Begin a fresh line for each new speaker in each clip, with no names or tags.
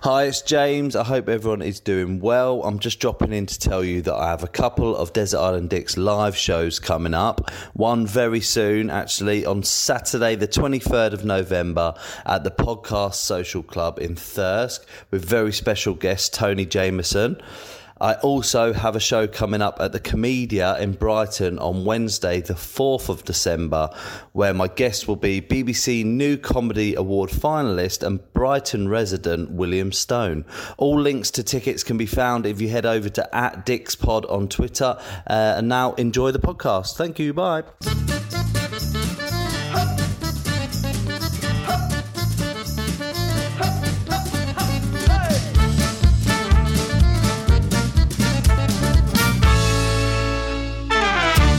Hi, it's James. I hope everyone is doing well. I'm just dropping in to tell you that I have a couple of Desert Island Dicks live shows coming up. One very soon, actually, on Saturday, the 23rd of November, at the Podcast Social Club in Thirsk with very special guest Tony Jameson. I also have a show coming up at the Comedia in Brighton on Wednesday, the 4th of December, where my guest will be BBC New Comedy Award finalist and Brighton resident William Stone. All links to tickets can be found if you head over to at DixPod on Twitter. Uh, and now enjoy the podcast. Thank you. Bye.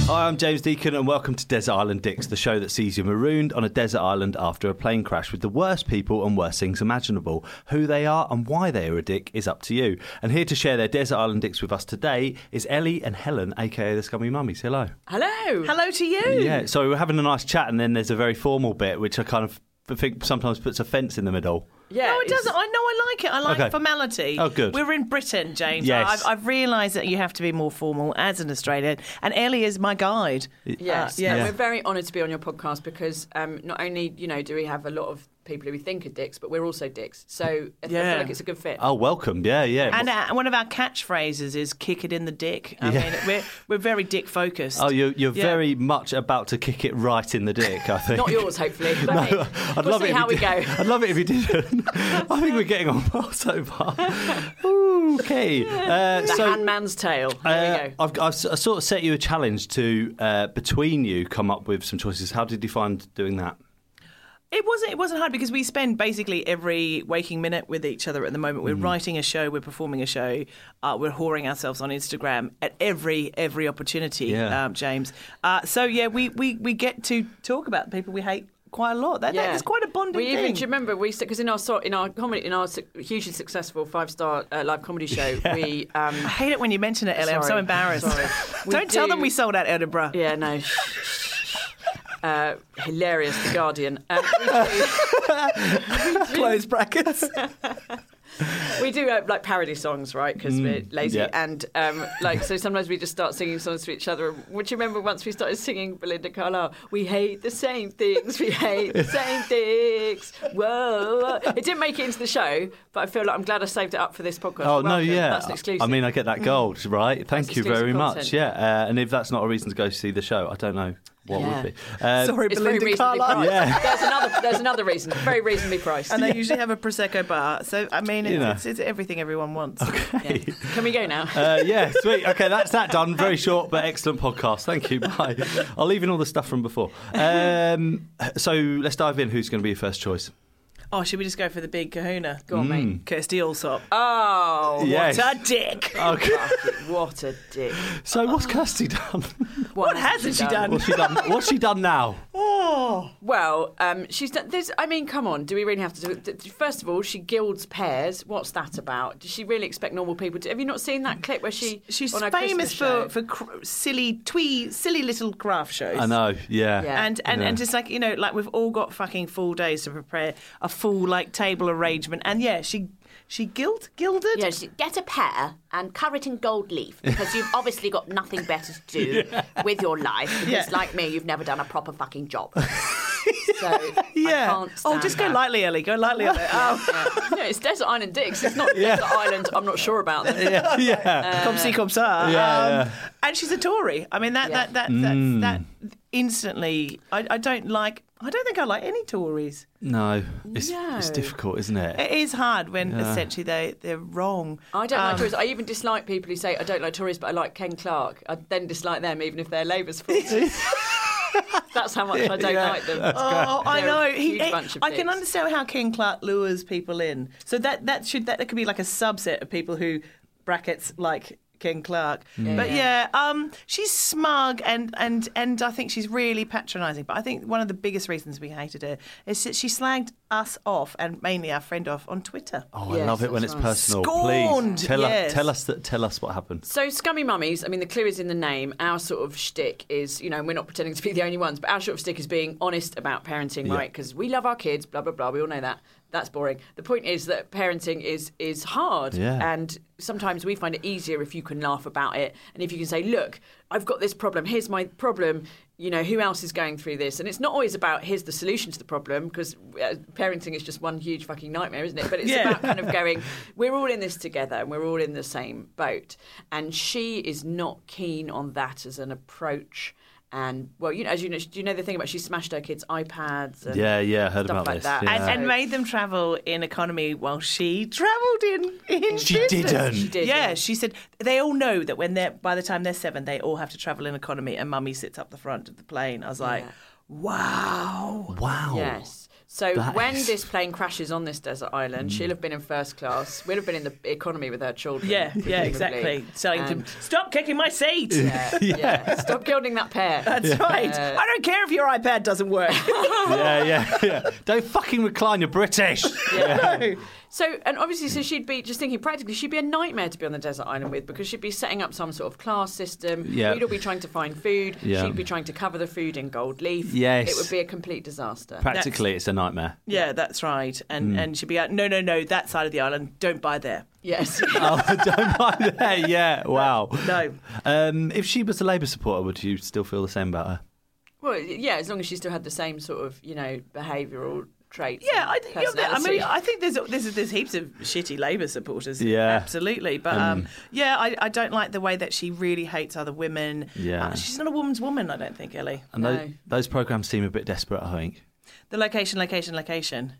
Hi, I'm James Deacon, and welcome to Desert Island Dicks, the show that sees you marooned on a desert island after a plane crash with the worst people and worst things imaginable. Who they are and why they are a dick is up to you. And here to share their Desert Island Dicks with us today is Ellie and Helen, aka the Scummy Mummies. Hello.
Hello. Hello to you.
Yeah, so we're having a nice chat, and then there's a very formal bit, which I kind of think sometimes puts a fence in the middle.
Yeah, no, it
it's-
doesn't. I know I like it. I like
Okay.
formality.
Oh, good.
We're in Britain, James.
Yes.
I've, I've realised that you have to be more formal as an Australian. And Ellie is my guide.
Yes,
Uh,
yeah.
yeah.
We're very honoured to be on your podcast because um, not only you know do we have a lot of people who we think are dicks, but we're also dicks. So I
Yeah.
feel like it's a good fit.
Oh, welcome. Yeah, yeah.
And uh, one of our catchphrases is "kick it in the dick." I mean, we're we're very dick focused.
Oh, you're, you're
Yeah.
very much about to kick it right in the dick, I think.
Not yours, hopefully. but me.
I'd
we'll
love
see
it if
how
you
we
did-
go.
I'd love it if you didn't. I think we're getting on well so far. Ooh, okay. Uh,
The handman's tale. There
uh,
we go.
I've, I've s- I sort of set you a challenge to, uh, between you, come up with some choices. How did you find doing that?
It wasn't. It wasn't hard because we spend basically every waking minute with each other at the moment. We're
Mm-hmm.
writing a show. We're performing a show. Uh, we're whoring ourselves on Instagram at every every opportunity.
Yeah.
Um, James. Uh, so yeah, we, we we get to talk about people we hate quite a lot. That, that is quite a bonding
we
thing.
Even, do you remember we because in our so- in our comedy in our su- hugely successful five star uh, live comedy show we um,
I hate it when you mention it, Ellie. I'm so
Sorry.
embarrassed.
Sorry. We
Don't tell
do-
them we sold out Edinburgh.
yeah no. Uh, hilarious, The Guardian. Um, we do-
Close brackets.
we do uh, like parody songs, right? Because we're lazy,
Mm, yeah.
and um, like so sometimes we just start singing songs to each other. Would you remember once we started singing Belinda Carlisle? We hate the same things. We hate the same things. Whoa! It didn't make it into the show, but I feel like I'm glad I saved it up for this podcast.
Oh no,
Welcome.
yeah.
that's an exclusive. Mm.
I mean, I get that gold, right? Thank
That's
you very
exclusive
much.
content.
Yeah, uh, and if that's not a reason to go see the show, I don't know what
Yeah.
would be. Uh,
Sorry,
it's very
Belinda
reasonably
Carlisle.
priced. There's another. There's another reason. Very reasonably priced.
And they usually have a prosecco bar. So I mean, it's,
You know.
it's, it's everything everyone wants.
Yeah. Can we go now?
Uh, yeah, sweet. Okay, that's that done. Very short but excellent podcast. Thank you. Bye. I'll leave in all the stuff from before. Um, so let's dive in. Who's going to be your first choice?
Oh, should we just go for the big Kahuna?
Go on,
Mm.
mate.
Kirsty Allsop.
Oh,
Hmm. yes.
What a dick.
Okay.
what a dick!
So what's Kirsty done?
What,
hasn't she done?
What's she done? What's she done now?
Well, um, she's done this. I mean, come on, do we really have to do it? Th- th- First of all, she gilds pears. What's that about? Does she really expect normal people to? Have you not seen that clip where she
She's
on her
famous
Christmas show?
for, for cr- silly twee, silly little craft shows.
I know. Yeah.
Yeah.
And and,
Yeah.
and just like you know, like we've all got fucking full days to prepare a full like table arrangement. And yeah, she she gild gilded.
Yeah, she- get a pear and cover it in gold leaf because you've obviously got nothing better to do with your life. Because,
Yeah.
like me, you've never done a proper fucking job. So
Yeah.
I can't
Oh,
stand
just go
that.
lightly, Ellie. Go lightly. Ellie. Oh,
no, it's Desert Island Dicks. It's not
Yeah.
Desert Island. I'm not sure about them.
yeah, yeah.
comme ci, comme
yeah, Mm.
ça. Um,
yeah.
And she's a Tory. I mean, that
Yeah.
that that that, that instantly. I, I don't like. I don't think I like any Tories.
No, it's it's
No. Eh,
difficult, isn't it?
It is hard when essentially they they're wrong.
I don't like Tories. I even dislike people who say I don't like Tories, but I like Ken Clark. I then dislike them, even if they're Labour's fault. That's how much I don't like them.
Oh, I
They're a
know. He,
huge
he-
bunch of
I can
dicks.
understand how Ken Clark lures people in. So that that should that, that could be like a subset of people who brackets like Ken Clark.
Mm.
But yeah, um, she's smug and and and I think she's really patronising. But I think one of the biggest reasons we hated her is that she slagged us off and mainly our friend off on Twitter.
Oh, I
Yes,
love it when it's
that's right.
personal.
Scorned,
Please tell us,
yes.
tell us that, tell us what happened.
So, Scummy Mummies, I mean, the clue is in the name. Our sort of shtick is, you know, and we're not pretending to be the only ones, but our sort of shtick is being honest about parenting, right? Because we love our kids, blah, blah, blah. We all know that. That's boring. The point is that parenting is is hard.
Yeah.
And sometimes we find it easier if you can laugh about it and if you can say, look, I've got this problem. Here's my problem. You know, who else is going through this? And it's not always about here's the solution to the problem because uh, parenting is just one huge fucking nightmare, isn't it? But it's
Yeah.
about kind of going, we're all in this together and we're all in the same boat. And she is not keen on that as an approach. And well, you know, as you know, do you know the thing about she smashed her kids' iPads? And
Yeah, yeah, I heard
stuff
about
like
this,
That.
yeah.
And, and made them travel in economy while she travelled in, in
She
business.
didn't.
She did,
yeah,
yeah.
she said they all know that when they're by the time they're seven, they all have to travel in economy, and mummy sits up the front of the plane. I was like,
Yeah.
wow.
Wow.
Yes. So
That
when
is- Mm.
this plane crashes on this desert island, she'll have been in first class. We'll have been in the economy with her children.
Yeah, yeah,
presumably.
exactly. Selling
And-
to stop kicking my seat.
Yeah, yeah. Stop gilding that Uh, pair.
That's right. I don't care if your iPad doesn't work.
yeah, yeah, yeah. Don't fucking recline. You're British.
So, and obviously, so she'd be just thinking practically, she'd be a nightmare to be on the desert island with because she'd be setting up some sort of class system.
Yeah.
We'd all be trying to find food.
Yeah.
She'd be trying to cover the food in gold leaf.
Yes.
It would be a complete disaster.
Practically, it's a nightmare.
yeah, that's right. And and she'd be like, no, no, no, that side of the island, don't buy there.
yes.
oh, don't mind that. Yeah. Wow.
No.
Um, if she was a Labour supporter, would you still feel the same about her?
well, yeah, as long as she still had the same sort of, you know, behavioural traits.
Yeah,
and
I, think- yeah, I
personality.
mean, I think there's, there's there's heaps of shitty Labour supporters.
Yeah.
absolutely. But um, yeah, I, I don't like the way that she really hates other women.
Yeah.
Uh, she's not a woman's woman. I don't think Ellie.
And those,
No.
those programs seem a bit desperate. I think.
The location, location, location.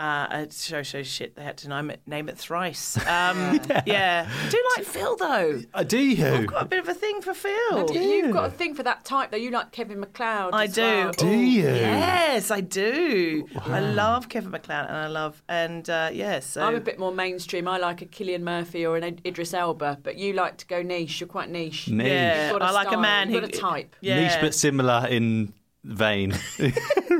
Uh, a show, show, shit. They had to name it, name it thrice. Um, yeah. I do like Phil though.
Uh, do you?
I've got a bit of a thing for Phil.
But You've got a thing for that type, though. You like Kevin McLeod.
I
as
do.
well.
do you?
Yes, I do. I love Kevin McLeod, and I love and uh, yeah. So
I'm a bit more mainstream. I like a Killian Murphy or an Id- Idris Elba, but you like to go niche. You're quite niche.
Niche.
yeah,
You've got a
I like
style,
a man
you've
who
got a type.
Yeah.
Niche but similar in vein.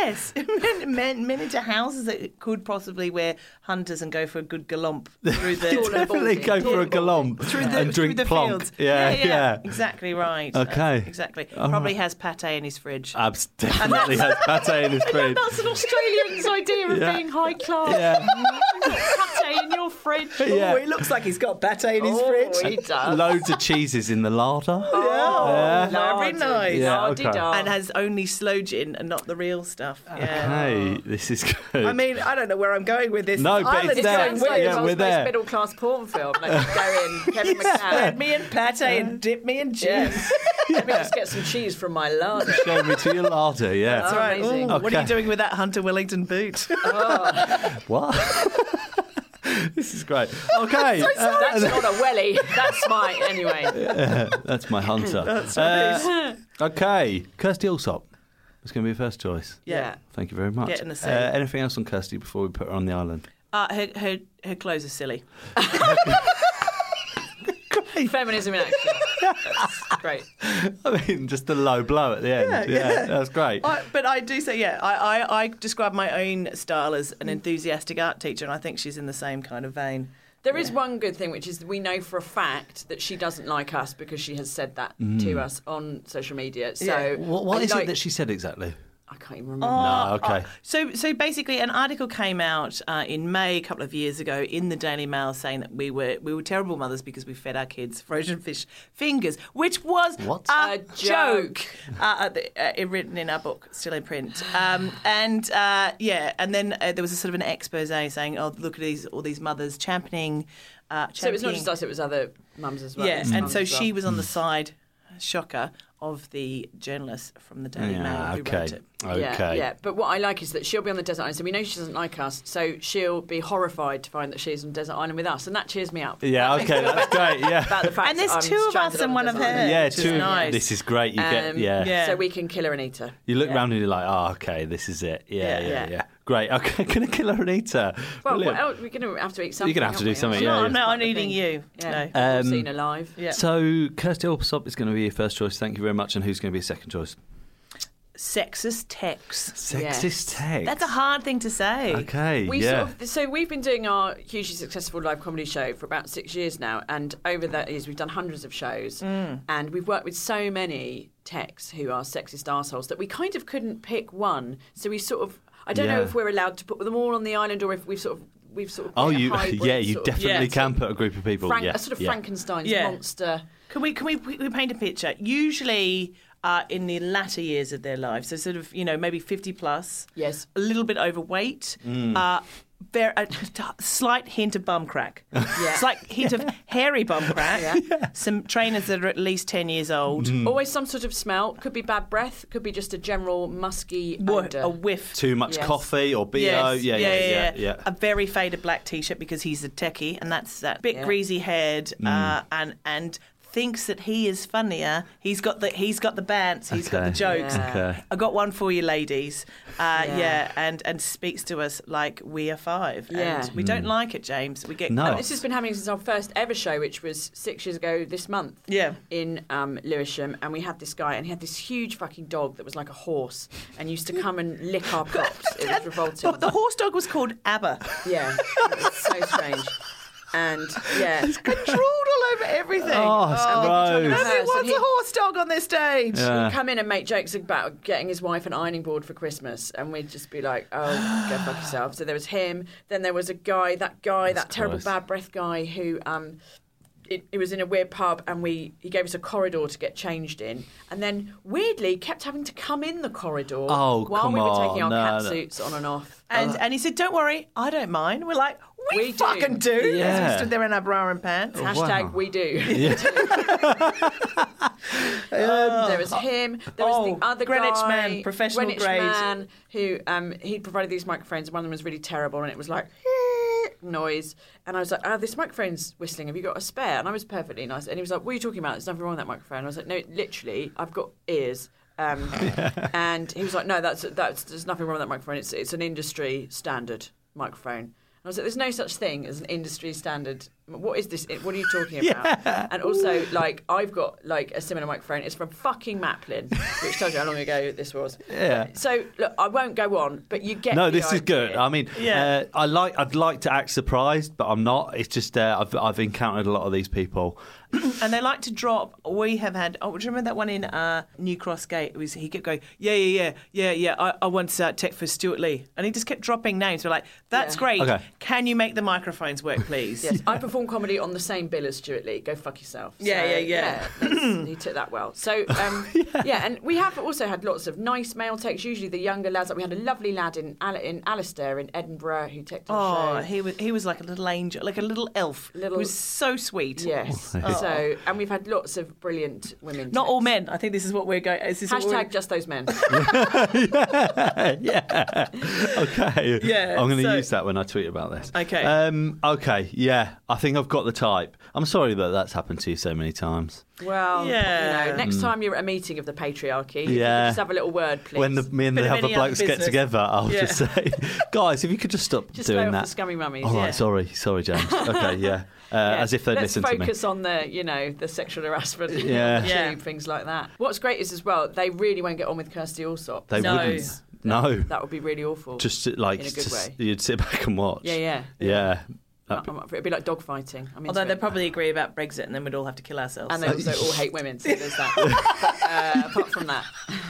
Yes, men, men, men into houses that could possibly wear hunters and go for a good gallop through the,
Definitely go for a galomp
through the,
and
through
drink
the
plonk.
fields.
Yeah, yeah.
exactly right. That's
Okay.
exactly.
All
Probably
right. Uh,
has pate in his fridge.
Abs definitely has pate in his fridge.
That's an Australian's idea of
Yeah.
being high class.
Yeah.
You've got pate in your fridge.
Yeah.
Oh, it looks like he's got pate in his
Oh,
fridge.
he does.
Loads of cheeses in the larder.
Oh, very
Lardy,
nice.
Yeah,
lardy
okay.
da.
And has only slow gin and not the real stuff. Yeah.
Hey, this is good.
I mean, I don't know where I'm going with this.
No, but
Ireland's
it's there.
going
sounds
Yeah,
like
weird.
the
we're
world's
there.
most middle class porn film. Like you go in, Kevin
Spread
McLeod.
me in pate and dip me in gin.
Yes. Let me just get some cheese from my larder.
Show me to your larder, yeah.
That's right. Amazing.
Oh, What are
Okay.
you doing with that Hunter Wellington boot?
What? this is great. Okay. uh,
That's not a welly. That's my anyway.
that's my hunter. Uh, okay. Kirsty Allsop. It's going to be her first choice.
Yeah.
Thank you very much.
Get in the
uh,
seat.
anything else on Kirsty before we put her on the island?
Uh, her, her, her clothes are silly.
Feminism in action. That's great.
I mean, just the low blow at the end. Yeah, that's great.
I, but I do say, yeah, I, I, I describe my own style as an enthusiastic art teacher, and I think she's in the same kind of vein.
There is one good thing, which is we know for a fact that she doesn't like us
Mm.
because she has said that to us on social media. So
Yeah.
What, what
I
is
like-
it that she said exactly?
I can't even
Oh,
remember.
Ah, okay.
Uh, So, so basically, an article came out uh, in May a couple of years ago in the Daily Mail saying that we were we were terrible mothers because we fed our kids frozen fish fingers, which was a,
A
joke.
joke.
Uh, uh, the- uh, written in our book, still in print. Um, and uh, yeah, and then uh, there was a sort of an expose saying, "Oh, look at these all these mothers championing." Uh,
so it was not
championing-
just us; it was other mums as well.
yeah,
his
and
mums
so
as well.
she was on the side, shocker, of the journalist from the Daily Mail who
Ah, okay.
wrote it.
Yeah,
Okay.
yeah. But what I like is that she'll be on the desert island, so we know she doesn't like us. So she'll be horrified to find that she's on desert island with us, and that cheers me up.
Yeah, okay, that's great. Yeah.
About the fact
And there's
that I'm
two of
stranded
us and
on
one
a
of
desert
her.
island.
Yeah,
which is
two.
nice.
This is great. You get
Um,
yeah.
yeah.
So we can kill her and eat her.
You look round and you're like, oh, okay, this is it. Yeah, yeah,
Yeah.
yeah.
Yeah.
Great. Okay, gonna kill her and eat her.
Well,
Brilliant.
what else? we're going to have to eat
You're
something.
gonna have to
aren't
do
we?
something,
That's
yeah, yeah.
part
No,
of
I'm
the
not
thing.
eating you.
Yeah.
No.
Um,
seen alive.
Yeah.
So Kirsty Allsop is going to be your first choice. Thank you very much. And who's going to be your second choice?
Sexist texts.
Sexist
Yes.
text.
That's a hard thing to say.
Okay.
We
yeah.
sort of, so we've been doing our hugely successful live comedy show for about six years now, and over that years we've done hundreds of shows,
Mm.
and we've worked with so many techs who are sexist assholes that we kind of couldn't pick one. So we sort of, I don't know
Yeah.
if we're allowed to put them all on the island or if we've sort of, we've sort of.
oh,
been a
you.
hybrid
Yeah, you
sort of-
definitely
Yeah.
can put a group of people.
Frank,
yeah.
a sort of
yeah.
Frankenstein's
Yeah.
monster.
Can we can we, we we paint a picture? Usually uh, in the latter years of their lives, so sort of you know maybe fifty plus.
Yes.
A little bit overweight. Uh, very, a t- slight hint of bum crack. It's like hint of hairy bum crack. Some trainers that are at least ten years old.
Always some sort of smell. Could be bad breath. Could be just a general musky
Wha-
odor.
A whiff.
Too much
Yes.
coffee or bo.
Yes.
Oh, Yeah, yeah, yeah,
A very faded black t-shirt because he's a techie, and that's that bit
Yeah.
greasy haired,
Mm.
uh, and and thinks that he is funnier. He's got the he's got the bants, he's got the
Okay.
jokes.
Yeah.
Okay.
I got one for you, ladies. Uh, yeah.
Yeah.
and and speaks to us like we are five.
Yeah.
and we don't like it, James. We get
Mm. No.
caught.
This has been happening since our first ever show, which was six years ago this month.
Yeah.
In um, Lewisham, and we had this guy, and he had this huge fucking dog that was like a horse, and used to come and lick our props. It was revolting.
The horse dog was called Abba.
yeah, it was so strange. And yeah,
I drooled all over everything.
Oh, it's gross.
Nobody
Yeah, so
wants
he-
a horse dog on this stage.
Yeah.
he'd come in and make jokes about getting his wife an ironing board for Christmas, and we'd just be like, "Oh, go fuck yourself." So there was him. Then there was a guy, that guy, that terrible
gross.
bad breath guy, who um, it, it was in a weird pub, and we he gave us a corridor to get changed in, and then weirdly kept having to come in the corridor
Oh,
while
come
we were
on.
taking our
No,
cat
no.
suits on and off.
And and he said, "Don't worry, I don't mind." We're like, "We,
We do.
fucking do." As
Yeah.
we stood there in our bra and pants.
Hashtag
Oh, wow.
we do. Um, there was him. There was
Oh,
the other
Greenwich
guy,
Man, professional
Greenwich
grade.
Man, who um, he provided these microphones. One of them was really terrible, and it was like noise. And I was like, "Oh, this microphone's whistling. Have you got a spare?" And I was perfectly nice. And he was like, "What are you talking about? There's nothing wrong with that microphone." I was like, "No, literally, I've got ears." Um, And he was like, "No, that's that's there's nothing wrong with that microphone. It's it's an industry standard microphone." And I was like, "There's no such thing as an industry standard. What is this? What are you talking about?" And also, like, I've got like a similar microphone. It's from fucking Maplin, which tells you how long ago this was.
Yeah.
So look, I won't go on, but you get.
No,
the
this is good.
idea.
I mean,
Yeah.
uh, I like. I'd like to act surprised, but I'm not. It's just uh, I've I've encountered a lot of these people.
And they like to drop. We have had. Oh, do you remember that one in uh, New Cross Gate? It was he kept going, yeah, yeah, yeah, yeah, yeah. I, I once uh, tech for Stuart Lee, and he just kept dropping names. We're like, that's
Yeah.
great.
Okay.
Can you make the microphones work, please?
Yes, I perform comedy on the same bill as Stuart Lee. Go fuck yourself.
Yeah, yeah, yeah.
that's- he took that well. So, um, yeah. and we have also had lots of nice male texts, usually the younger lads. Like we had a lovely lad in, Al- in Alistair in Edinburgh who texted
Oh,
our show.
he was he was like a little angel, like a little elf.
Little-
He was so sweet.
Yes.
Oh,
So, and we've had lots of brilliant women.
Oh. Not all
texts.
men. I think this is what we're going. Is this what we're-
Hashtag just those men.
yeah. Okay.
Yeah,
I'm going to
so-
use that when I tweet about this.
Okay.
Um, okay. Yeah. I think I've got the type. I'm sorry that that's happened to you so many times.
Well, you
Yeah.
know, next time you're at a meeting of the patriarchy, if you could
Mm. Yeah.
just have a little word, please.
When the, me and
Bit
the
of
other
any other
blokes get
business.
together, I'll
Yeah.
just say, guys, if you could just stop
just
doing
lay off
that.
the scummy mummies.
All right.
yeah.
Sorry. Sorry, James. Okay. Yeah. Uh,
Yeah.
As if they'd
Let's
listen to me.
focus on the, you know, the sexual harassment,
Yeah.
Yeah.
tube, things like that. What's great is as well, they really won't get on with Kirsty Allsop.
They
No.
wouldn't. No.
That would be really awful.
Just to, like
In a good
just,
way.
you'd sit back and watch.
yeah, yeah.
Yeah.
I'm not- I'm not for it. It'd be like dogfighting. I mean,
Although they'd probably agree about Brexit and then we'd all have to kill ourselves.
and they
so-
also all hate women. So there's that. uh, apart from that,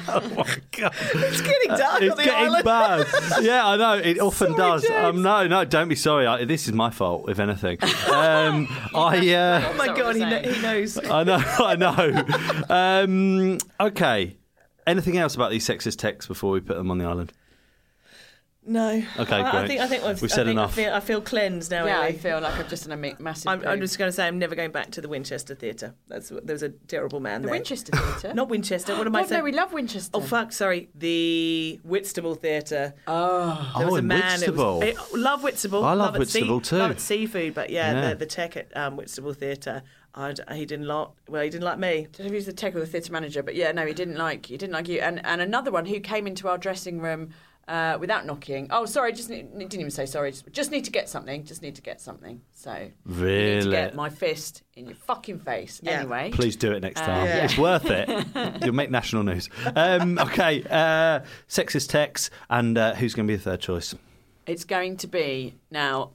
Oh my god.
it's getting dark
It's
on the
getting
island.
bad. Yeah, I know. It often
Sorry,
does.
James.
Um, no, no, don't be sorry. I, this is my fault, if anything. Um, I. Uh,
Oh my
That's what
god, he,
we're
kn-
saying.
he knows.
I know, I know. Um, okay. Anything else about these sexist texts before we put them on the island?
No.
Okay,
I, I
great.
think I think we've,
We've
I
said
think
enough.
I feel, I feel cleansed now.
yeah, I
Ellie.
feel like I've just done a ma- massive.
I'm, I'm
poo.
just going to say I'm never going back to the Winchester Theatre. That's what- there was a terrible man
the
there.
Winchester Theatre.
Not Winchester. What am I
God,
saying?
no, we love Winchester.
Oh fuck! Sorry, the Whitstable Theatre. there
oh,
was a
in
man. it was-
Whitstable.
it- love Whitstable.
I love
it sea-
Whitstable too.
Love it seafood, but yeah,
Yeah.
The, the tech at um, Whitstable Theatre. I, d- he didn't like. Well, he didn't like me.
don't know if he was the tech or the theatre manager, but yeah, no, he didn't like he didn't like you. And and another one who came into our dressing room uh, without knocking. Oh, sorry, just need, didn't even say sorry. Just, just need to get something. Just need to get something. So you need to
Really?
get my fist in your fucking face.
Yeah.
Anyway,
Please do it next time.
Uh, yeah.
It's worth it. You'll make national news. Um, okay, uh, sexist texts, and uh, who's going to be the third choice?
It's going to be now.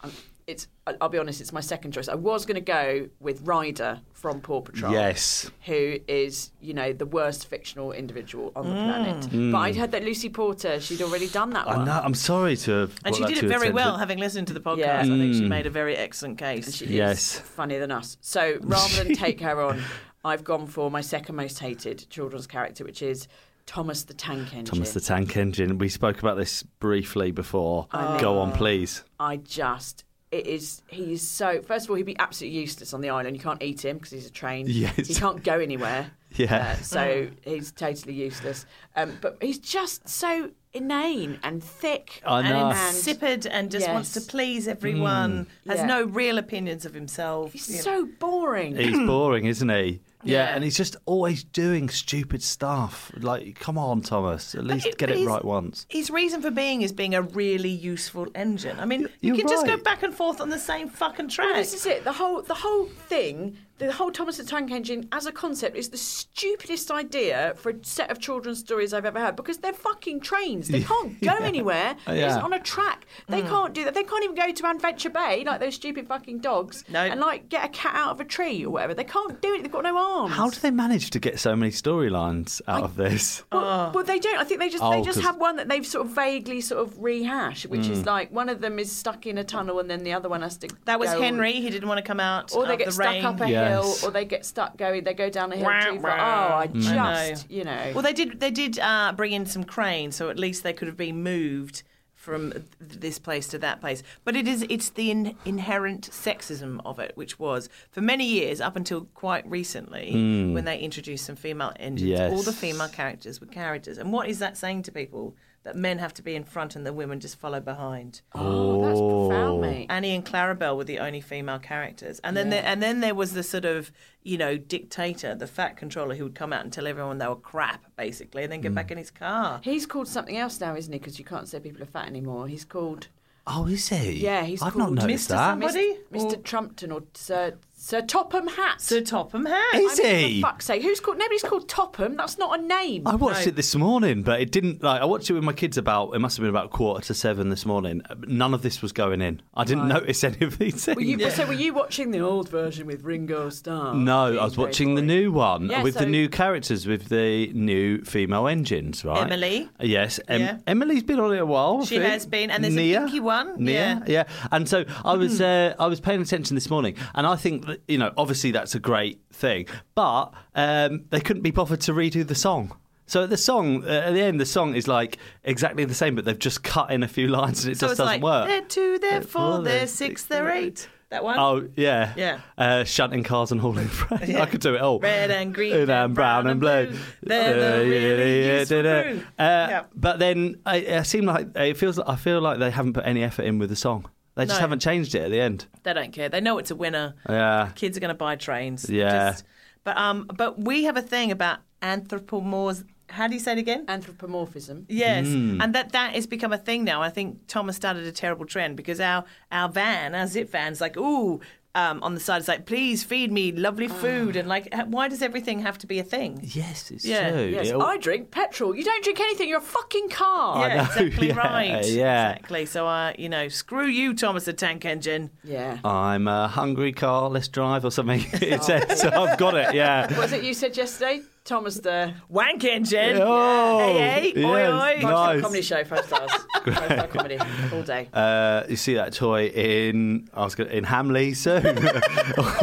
um, It's. I- I'll be honest. It's my second choice. I was going to go with Ryder from Paw Patrol.
Yes.
Who is, you know, the worst fictional individual on the planet. But I heard that Lucy Porter, she'd already done that
I
one.
know, I'm sorry to have. brought
And she
that
did
to
it very
attention.
well, having listened to the podcast.
Yeah.
I think
Hmm.
she made a very excellent case.
She
Yes.
is funnier than us. So rather than take her on, I've gone for my second most hated children's character, which is Thomas the Tank Engine.
Thomas the Tank Engine. We spoke about this briefly before. Go on, please.
I just. It is. He is so. First of all, he'd be absolutely useless on the island. You can't eat him because he's a train.
Yes.
He can't go anywhere.
Yeah.
Uh, so he's totally useless. Um, but he's just so inane and thick.
I know.
and insipid and just
Yes.
wants to please everyone.
Mm.
Has
Yeah.
no real opinions of himself.
He's
you know.
so boring.
He's boring, isn't he? Yeah,
Yeah.
and he's just always doing stupid stuff. Like, come on, Thomas, at least
it-
get
but
it
he's-
right once.
His reason for being is being a really useful engine. I mean, you,
you're
can just go
right.
back and forth on the same fucking track.
Well, this is it. The whole the whole thing, the whole Thomas the Tank Engine as a concept is the stupidest idea for a set of children's stories I've ever heard because they're fucking trains. They can't go anywhere. They're just
Uh, Yeah.
on a track.
Mm.
They can't do that. They can't even go to Adventure Bay like those stupid fucking dogs.
No.
And like get a cat out of a tree or whatever. They can't do it. They've got no arms.
How do they manage to get so many storylines out of this?
Oh.
Well, well, they don't. I think they just
Oh,
they just
'cause- Mm.
have one that they've sort of vaguely sort of rehashed, which is like one of them is stuck in a tunnel and then the other one has to.
that was
go-
Henry. He didn't want to come out.
or they
of
get
the
stuck
rain.
up a
Yes.
hill, or they get stuck going. They go down a hill
Wah,
too
wah.
far. Oh, I
Mm. I
just,
know.
you know.
Well, they did. They did uh, bring in some cranes, so at least they could have been moved from th- this place to that place. But it is it's the in, inherent sexism of it, which was for many years up until quite recently when they introduced some female engines. All the
Yes.
female characters were characters, and what is that saying to people? That men have to be in front and the women just follow behind.
oh, that's profound, mate.
Annie and Clarabelle were the only female characters, and then there, and then there was the sort of you know dictator, the fat controller, who would come out and tell everyone they were crap basically, and then
Mm.
get back in his car.
He's called something else now, isn't he? Because you can't say people are fat anymore. He's called
Oh, is he?
Yeah, he's
I've
called
not
Mr.
noticed that.
somebody. Buddy?
Mr.
Or-
Trumpton or Sir Sir Topham Hatt.
Sir Topham Hatt.
Is
I mean,
he?
For fuck's sake, who's called? Nobody's called Topham. That's not a name.
I watched it this morning, but it didn't. Like, I watched it with my kids about. It must have been about quarter to seven this morning. None of this was going in. I didn't notice any of these things.
Were you, So were you watching the old version with Ringo Starr?
No,
being
I was
very
watching the
boring?
new one
Yeah,
with the
so-
new characters, with the new female engines, right?
Emily.
Yes, em-
Yeah.
Emily's been on it a while. I
She
think.
has been, and there's a
Nia.
pinky one, Hmm.
Nia, yeah. And so I was, uh, I was paying attention this morning, and I think that you know, obviously that's a great thing, but um, they couldn't be bothered to redo the song. So the song uh, at the end, the song is like exactly the same, but they've just cut in a few lines, and it
so
just
it's
doesn't
like
work.
they're two, they're four,
four,
they're
they're
six,
six,
they're
they're
eight. That one.
Oh yeah,
Yeah.
Uh, shunting cars and hauling freight. I could do it all.
Red and green
and,
and
brown and blue.
They're the
Uh,
really
yeah,
useful
yeah, yeah.
crew.
Uh,
Yeah.
But then I, it seemed like it feels. I feel like they haven't put any effort in with the song. They just
No.
haven't changed it at the end.
They don't care. They know it's a winner.
Oh, Yeah.
Kids are going to buy trains.
Yeah.
but um, but we have a thing about anthropomorphs. How do you say it again?
anthropomorphism.
Yes,
Mm.
and that that has become a thing now. I think Thomas started a terrible trend because our our van, our zip van's like, ooh, um, on the side is like, please feed me lovely food. And like, h- why does everything have to be a thing?
Yes, it's
Yeah.
true.
Yes,
It'll-
I drink petrol. You don't drink anything. You're a fucking car.
yeah,
know,
exactly
yeah,
right.
yeah.
Exactly. So, uh, you know, screw you, Thomas the Tank Engine.
Yeah.
I'm a hungry car, let's drive or something.
Oh.
it says, so I've got it, yeah.
Was it you said yesterday? Thomas the
Wank Engine.
Oh,
Hey, hey, oi,
yes,
oi.
five-star
nice.
comedy show, five stars. five-star comedy all day.
Uh, you see that toy in I was gonna, in Hamley soon,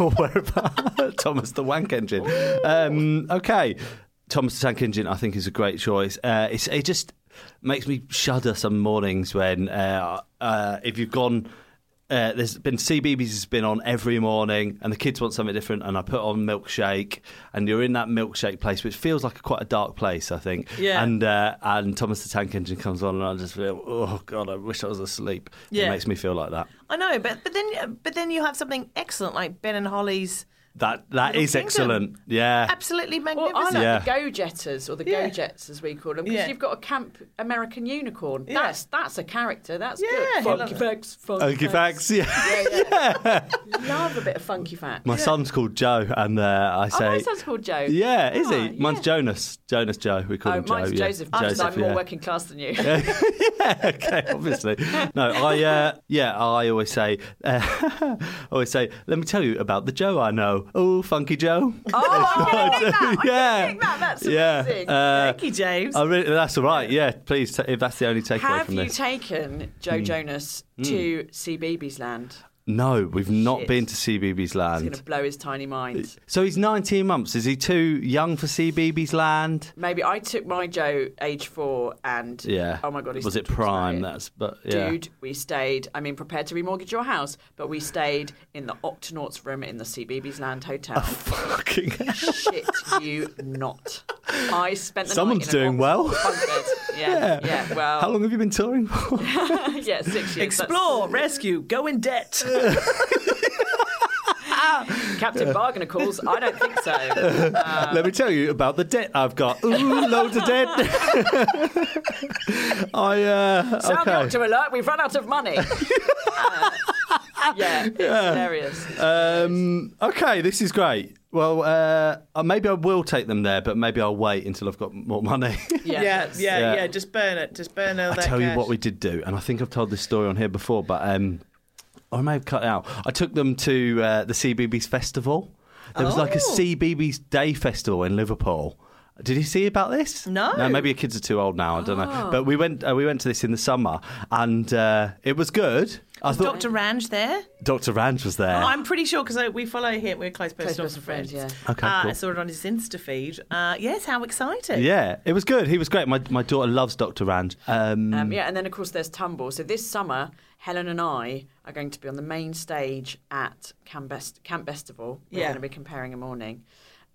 or whereabouts? Thomas the Wank Engine. Um, okay, Thomas the Tank Engine. I think is a great choice. Uh, it's, it just makes me shudder some mornings when uh, uh, if you've gone. Uh, there's been CBeebies has been on every morning, and the kids want something different. And I put on milkshake, and you're in that milkshake place, which feels like a, quite a dark place, I think.
Yeah.
And uh, and Thomas the Tank Engine comes on, and I just feel, oh god, I wish I was asleep. It
Yeah.
makes me feel like that.
I know, but but then but then you have something excellent like Ben and Holly's
That that
Little
is
Kingdom.
excellent. Yeah.
absolutely
Well,
magnificent.
I like
Yeah.
the go jetters or the
Yeah.
go jets as we call them because
Yeah.
you've got a camp American unicorn.
Yeah.
That's that's a character. That's
Yeah,
good.
I love
Funky
it.
facts. Funky,
Okay, facts. Yeah.
Yeah, yeah. Love a bit of funky facts.
My son's called Joe, and uh, I
oh,
say,
my son's called Joe.
yeah, is he?
Ah,
Mine's
yeah.
Jonas. Jonas Joe. We call
Oh,
him Joe.
mine's
yeah.
Joseph. I'm just- I'm more
yeah.
working class than you.
okay, obviously. No, I uh, yeah, I always say, uh, I always say, let me tell you about the Joe I know. Oh, Funky Joe.
Oh, I'm gonna nick that. I'm
yeah,
gonna nick that. That's
yeah.
amazing.
Uh,
Thank you, James.
I really, that's all right. Yeah, please. T- if that's the only takeaway
Have
from
you
this, Hmm.
taken Joe Jonas to CBeebies land?
no, we've not
Shit.
been to CBeebies
It's
Land.
going to blow his tiny mind.
So he's 19 months. Is he too young for CBeebies Land?
Maybe I took my Joe age four and
Yeah.
oh my god, he
was
still
it
talks
prime?
about it.
That's but yeah.
Dude, we stayed. I mean, prepared to remortgage your house, but we stayed in the Octonauts room in the CBeebies Land
Oh,
Hotel.
Fucking hell.
Shit, you not. I spent the
Someone's
night in an
doing well.
Oxford bunk bed. Yeah, yeah, Well,
How long have you been touring for?
yeah, six years. That's-
Explore, rescue, go in debt.
Captain Bargainer calls. I don't think so. Uh,
Let me tell you about the debt I've got. Ooh, loads of debt. I uh
Sound
okay.
the Octo alert. We've run out of money. Uh, yeah, it's hilarious. It's
Um, okay, this is great. Well, uh, uh, maybe I will take them there, but maybe I'll wait until I've got more money.
Yeah,
yeah,
that's-
yeah,
Yeah.
yeah, Just burn it. Just burn all
I
that.
tell you
cash.
what we did do, and I think I've told this story on here before, but um, I may have cut it out. I took them to uh, the CBBS festival. There was like a
Oh.
CBBS Day festival in Liverpool. Did you see about this?
No.
No, maybe your kids are too old now. I don't know.
Oh.
But we went. Uh, we went to this in the summer, and uh, it was good. I thought
Dr. Range there.
Dr. Range was there.
Oh, I'm pretty sure because we follow him. We're close personal,
personal friends, yeah.
Okay,
Uh,
cool.
I saw it on his Insta feed. Uh, yes, how exciting.
yeah, it was good. He was great. My my daughter loves Dr. Range. Um,
Mm.
Um, yeah, and then of course there's Tumble. So this summer, Helen and I are going to be on the main stage at Camp, Best- Camp Festival. We're
Yeah.
going to be comparing a morning,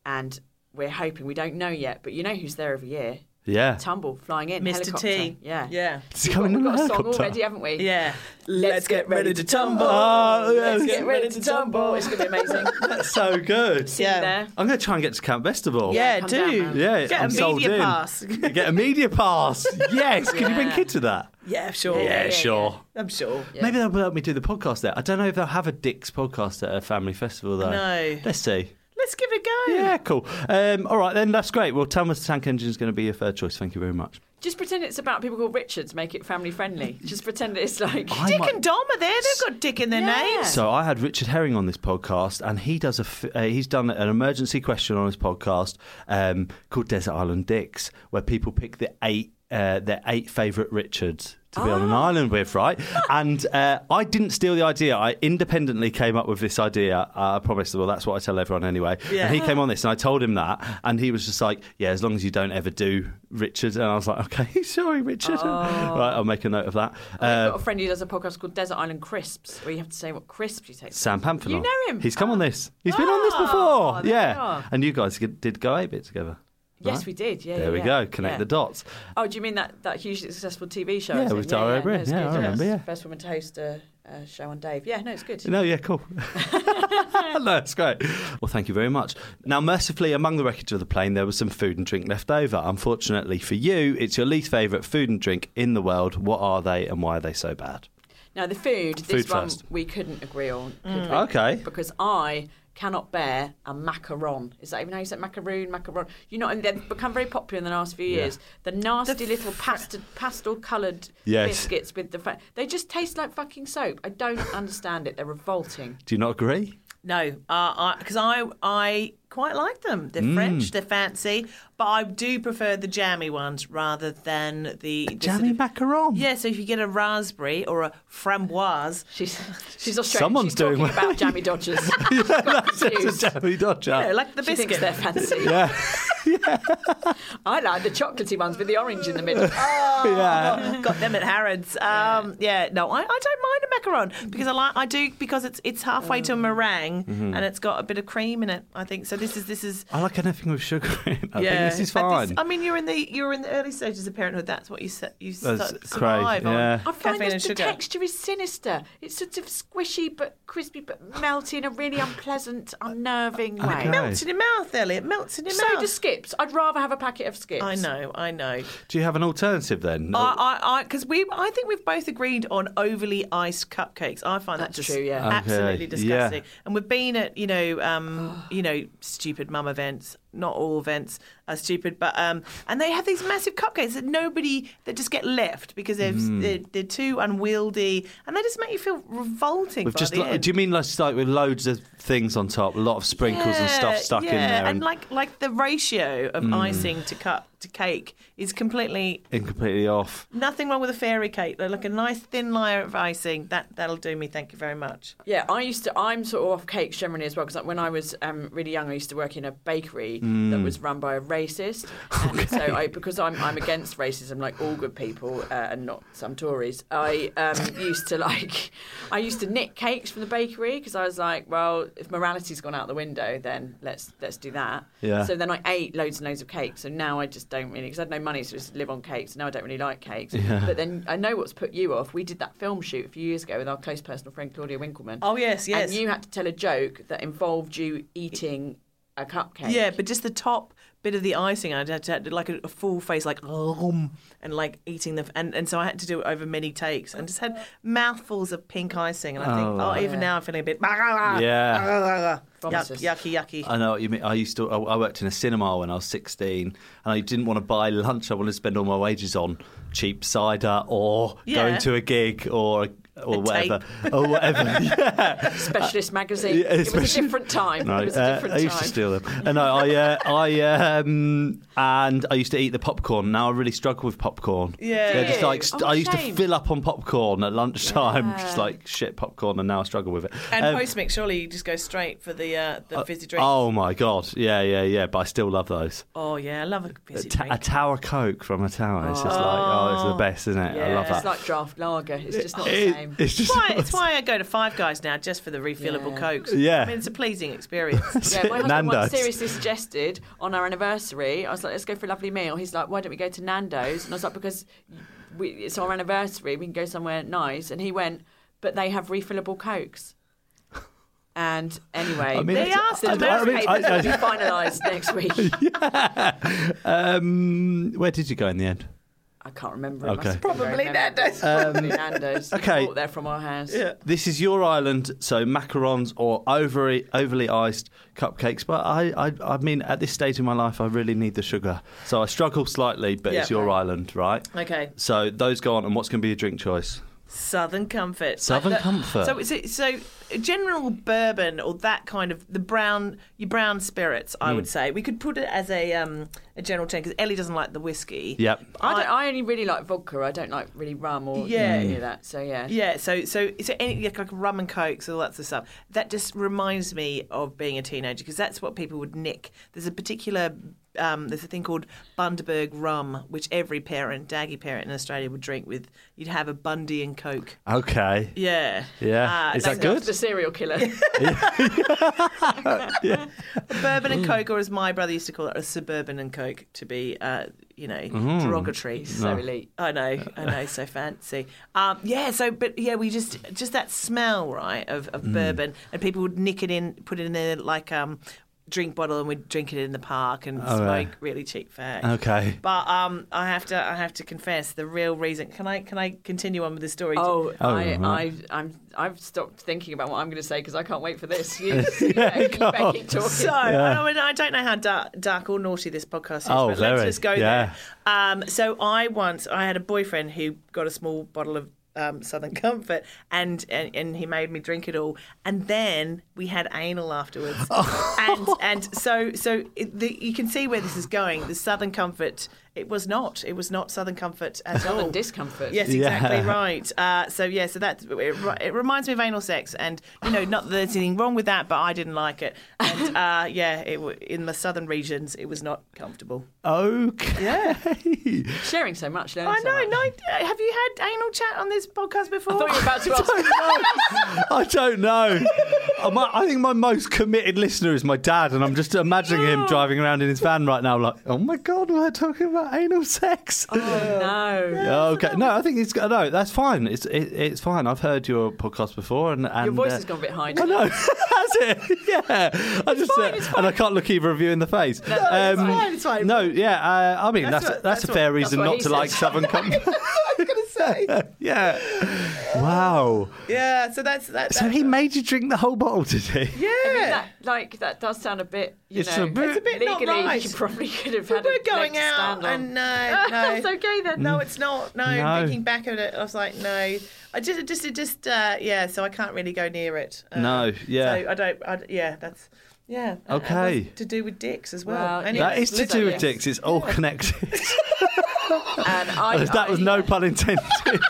and we're hoping we don't know yet, but you know who's there every year?
yeah.
Tumble flying in
Mr.
helicopter.
T.
Yeah,
Yeah.
It's
We've got,
coming in
we've
the
got a song
helicopter.
already, haven't we?
Yeah.
Let's get ready to tumble.
Oh, yeah.
Let's get ready to tumble. It's going to be amazing.
That's so good.
See you
Yeah.
there.
I'm going to try and get to Camp Festival.
Yeah,
come down,
do.
man.
Yeah,
Get
I'm
a
sold
media
in.
pass.
Get a media pass. Yes. Can you bring
Yeah.
kids to that?
yeah, sure.
Yeah, yeah,
sure.
I'm sure.
Maybe they'll help me do the podcast there. I don't know if they'll have a Dick's podcast at a family festival though.
No.
Let's see.
Let's give it a go.
Yeah, cool. Um, all right, then that's great. Well, Thomas the Tank Engine is going to be your third choice. Thank you very much.
Just pretend it's about people called Richards. Make it family friendly. Just pretend it's like.
I
Dick
might-
and Dom are there. They've got Dick in their
Yeah.
names.
So I had Richard Herring on this podcast, and he does a f- uh, he's done an emergency question on his podcast um, called Desert Island Dicks, where people pick the eight uh, their eight favourite Richards to be on an island with, right? and uh, I didn't steal the idea. I independently came up with this idea. Uh, I promised. Well, that's what I tell everyone anyway.
Yeah.
And he came on this, and I told him that, and he was just like, "Yeah, as long as you don't ever do Richard." And I was like, "Okay, sorry, Richard. right, I'll make a note of that."
I've
Uh,
got a friend who does a podcast called Desert Island Crisps, where you have to say what crisps you take.
Sam Pamphilon.
You know him?
He's come on
Ah.
this. He's been on this before.
there
yeah.
you are.
And you guys g- did go a bit together.
Yes,
right?
we did. Yeah.
There
yeah,
we
yeah.
go. Connect
Yeah.
the dots.
Oh, do you mean that, that hugely successful TV show?
Yeah,
is it?
with Dario O'Brien.
no, it's
Yeah,
good.
I remember, yeah.
First woman to host a, a show on Dave. Yeah, no, it's good.
No, yeah, cool. no, it's great. Well, thank you very much. Now, mercifully, among the wreckage of the plane, there was some food and drink left over. Unfortunately for you, it's your least favourite food and drink in the world. What are they and why are they so bad?
Now the food, this
Food
one
first.
we couldn't agree on. could we?
Okay.
Because I cannot bear a macaron. Is that even how you say it? macaroon? Macaron. You know, and they've become very popular in the last few years. The nasty little pasta, pastel-coloured
Yes.
biscuits with the fa- they just taste like fucking soap. I don't understand it. They're revolting.
Do you not agree?
No, because I I quite like them. They're
Mm.
French, they're fancy, but I do prefer the jammy ones rather than the, the sort
Jammy
of-
macaron.
Yeah, so if you get a raspberry or a framboise,
She's she's Australian.
Someone's
she's
doing
talking
well.
about jammy dodgers.
It's a jammy dodger.
you know, like the
She
biscuit.
thinks they're fancy. I like the chocolatey ones with the orange in the middle.
Oh, got them at Harrods. Um, yeah. no, I, I don't mind a macaron because I like I do because it's it's halfway
Mm.
to a meringue
Mm-hmm.
and it's got a bit of cream in it. I think so. This is this is
I like anything with sugar in it. I
yeah.
think this is
But
fine.
I mean, you're in the you're in the early stages of parenthood. That's what you su- you su-
That's
survive
crazy,
on.
yeah.
I find
Caffeine and
this, the
sugar.
texture is sinister. It's sort of squishy but crispy but melty in a really unpleasant, unnerving way.
Okay.
melts in your mouth, Elliot. Melts in your mouth.
Soda skips. I'd rather have a packet of skips.
I know, I know.
Do you have an alternative then?
I, I, I, because we, I think we've both agreed on overly iced cupcakes. I find
That's
that just
true, yeah. Okay,
absolutely
yeah.
disgusting. And we've been at, you know, um, you know, stupid mum events. Not all events are stupid, but um, and they have these massive cupcakes that nobody that just get left because they're,
Hmm.
they're they're too unwieldy and they just make you feel revolting.
With
by
just
the
lo-
end.
do you mean like, like with loads of things on top, a lot of sprinkles and stuff
Yeah,
stuck
yeah.
in there, Hmm.
and, like like the ratio of icing to cup to cake is completely
and completely off.
Nothing wrong with a fairy cake. They're like a nice thin layer of icing. That that'll do me. Thank you very much.
Yeah, I used to. I'm sort of off cakes generally as well because when I was um, really young, I used to work in a bakery that was run by a racist. And So I, because I'm I'm against racism, like all good people, uh, and not some Tories. I um, used to like, I used to knit cakes from the bakery because I was like, well, if morality's gone out the window, then let's let's do that.
Yeah.
So then I ate loads and loads of cakes. So now I just don't really because I had no money, so I just live on cakes. Now I don't really like cakes. But then I know what's put you off. We did that film shoot a few years ago with our close personal friend Claudia Winkleman.
Oh, yes, yes.
And you had to tell a joke that involved you eating a cupcake.
Yeah, but just the top bit of the icing, I had to had to- like a, a full face, like um, and like eating the and, and so I had to do it over many takes and just had mouthfuls of pink icing. And I think, oh, even now I'm feeling a bit Ah.
Yeah.
yuck,
Promises.
yucky, yucky.
I know what you mean. I used to. I I worked in a cinema when I was sixteen, and I didn't want to buy lunch. I wanted to spend all my wages on cheap cider or
Yeah.
going to a gig or or
A
whatever
tape.
or whatever. yeah.
uh,
Specialist magazine.
yeah,
it was a
especially-
different time.
No,
it was a
uh,
different
I
time.
used to steal them. And no, I, uh, I, um, and I used to eat the popcorn. Now I really struggle with popcorn.
Yeah.
They're just
Do
like
you?
st-
Oh,
I used to
shame.
fill up on popcorn at lunchtime, just like shit popcorn, and now I struggle with it.
and
Um,
post mix, surely you just go straight for the uh, the fizzy drink.
Oh my god! Yeah, yeah, yeah. But I still love those.
Oh, yeah, I love a fizzy
A ta- a
drink.
tower coke from a tower. It's just like oh, it's the best, isn't it? I love
Yeah.
that.
It's like draft lager. It's just not the
It-
same.
it's just.
It's why, it's why I go to Five Guys now, just for the refillable
Yeah.
cokes.
Yeah.
I mean, it's a pleasing experience.
Yeah, my husband
Nando's.
once seriously suggested on our anniversary, I was like, let's go for a lovely meal. He's like, why don't we go to Nando's? And I was like, because we, it's our anniversary, we can go somewhere nice. And he went, but they have refillable Cokes. And anyway,
I mean,
They
it's-
are still
the marriage
I- I mean,
papers
I-
will be finalised next week.
um, where did you go in the end?
I can't remember. It
Okay. Um,
must have been very
Probably
memorable.
Nando's.
Probably Nando's.
okay.
Bought there from our house. Yeah.
This is your island, so macarons or overly overly iced cupcakes. But I, I, I mean, at this stage in my life, I really need the sugar, so I struggle slightly. But it's
Yeah.
your island, right?
Okay.
So those go on, and what's going to be your drink choice?
Southern Comfort.
Southern
Like the-
Comfort.
So, so, so general bourbon or that kind of the brown, your brown spirits.
Hmm.
I would say we could put it as a um, a general term because Ellie doesn't like the whiskey.
Yep.
I, don't, I only really like vodka. I don't like really rum or
Yeah.
any of that. So yeah.
Yeah, so so so any like, like rum and cokes, all that sort of stuff. That just reminds me of being a teenager because that's what people would nick. There's a particular um, there's a thing called Bundaberg rum, which every parent, daggy parent in Australia would drink with. You'd have a Bundy and Coke.
Okay.
Yeah, Uh,
Yeah. Is that
that's-
good?
The serial killer.
bourbon
Mm.
and coke, or as my brother used to call it, a suburban and coke, to be, uh, you know,
Mm-hmm.
derogatory. So
so elite.
I know, I know, so fancy. Um, yeah, so but yeah, we just
Mm.
just that smell, right, of, of bourbon, and people would nick it in, put it in there like um, drink bottle and we'd drink it in the park and smoke
right.
really cheap fag.
Okay.
But um, I have to I have to confess the real reason. Can I can I continue on with the story?
Oh, I,
right.
I, I'm, I've stopped thinking about what I'm going to say because I can't wait for this. You, you, know, you
God.
better keep talking.
So I, mean, I don't know how dark, dark or naughty this podcast is,
Oh,
but let's
very,
just go
yeah.
there. Um, so I once I had a boyfriend who got a small bottle of um, Southern Comfort, and, and and he made me drink it all, and then we had anal afterwards,
Oh.
and and so so it, the, you can see where this is going. The Southern Comfort, it was not, it was not Southern Comfort at all.
And discomfort.
Yes,
Yeah.
exactly right. Uh, so yeah, so that it, it reminds me of anal sex, and you know, not that there's anything wrong with that, but I didn't like it, and uh, yeah, it, w- in the southern regions, it was not comfortable.
Okay.
Sharing so much, learning
I
so
know.
much.
No, have you had anal chat on this podcast
I
before?
thought you were about to ask.
I don't know. Uh, my- I think my most committed listener is my dad, and I'm just imagining him driving around in his van right now, like, oh my god, we're talking about anal sex.
Oh. no.
okay, no, I think it's no, that's fine. It's it, it's fine. I've heard your podcast before, and, and
Your voice
uh,
has gone a bit high.
I know. That's it. Yeah. I just
fine,
uh,
it's
and I can't look either of you in the face. No,
it's fine, it's fine.
No, yeah. Uh, I mean, that's
That's
that's,
what- that's
a fair
what-
reason
that's what
not
he
to like
said.
Southern Comfort.
going to say.
yeah. Wow.
Yeah. So that's that.
So
that-
he made you drink the whole bottle, did he?
Yeah.
That, like that does sound a bit. You
It's
know,
a bit- It's a
bit not
legally.
right.
You probably could have
But
had.
we're
a
going
leg to
out,
stand on.
and no, no,
it's okay then.
No, it's not. No,
No.
thinking back at it, I was like, no, I just, it just, it just, uh, yeah. So I can't really go near it. Uh,
No, yeah.
So I don't. I, yeah, that's. Yeah. and- and
Okay.
that's to do with dicks as well.
Well,
Anyway,
That is to
listen,
do with
yes.
dicks. It's all connected.
And I,
that was no
I,
pun intended.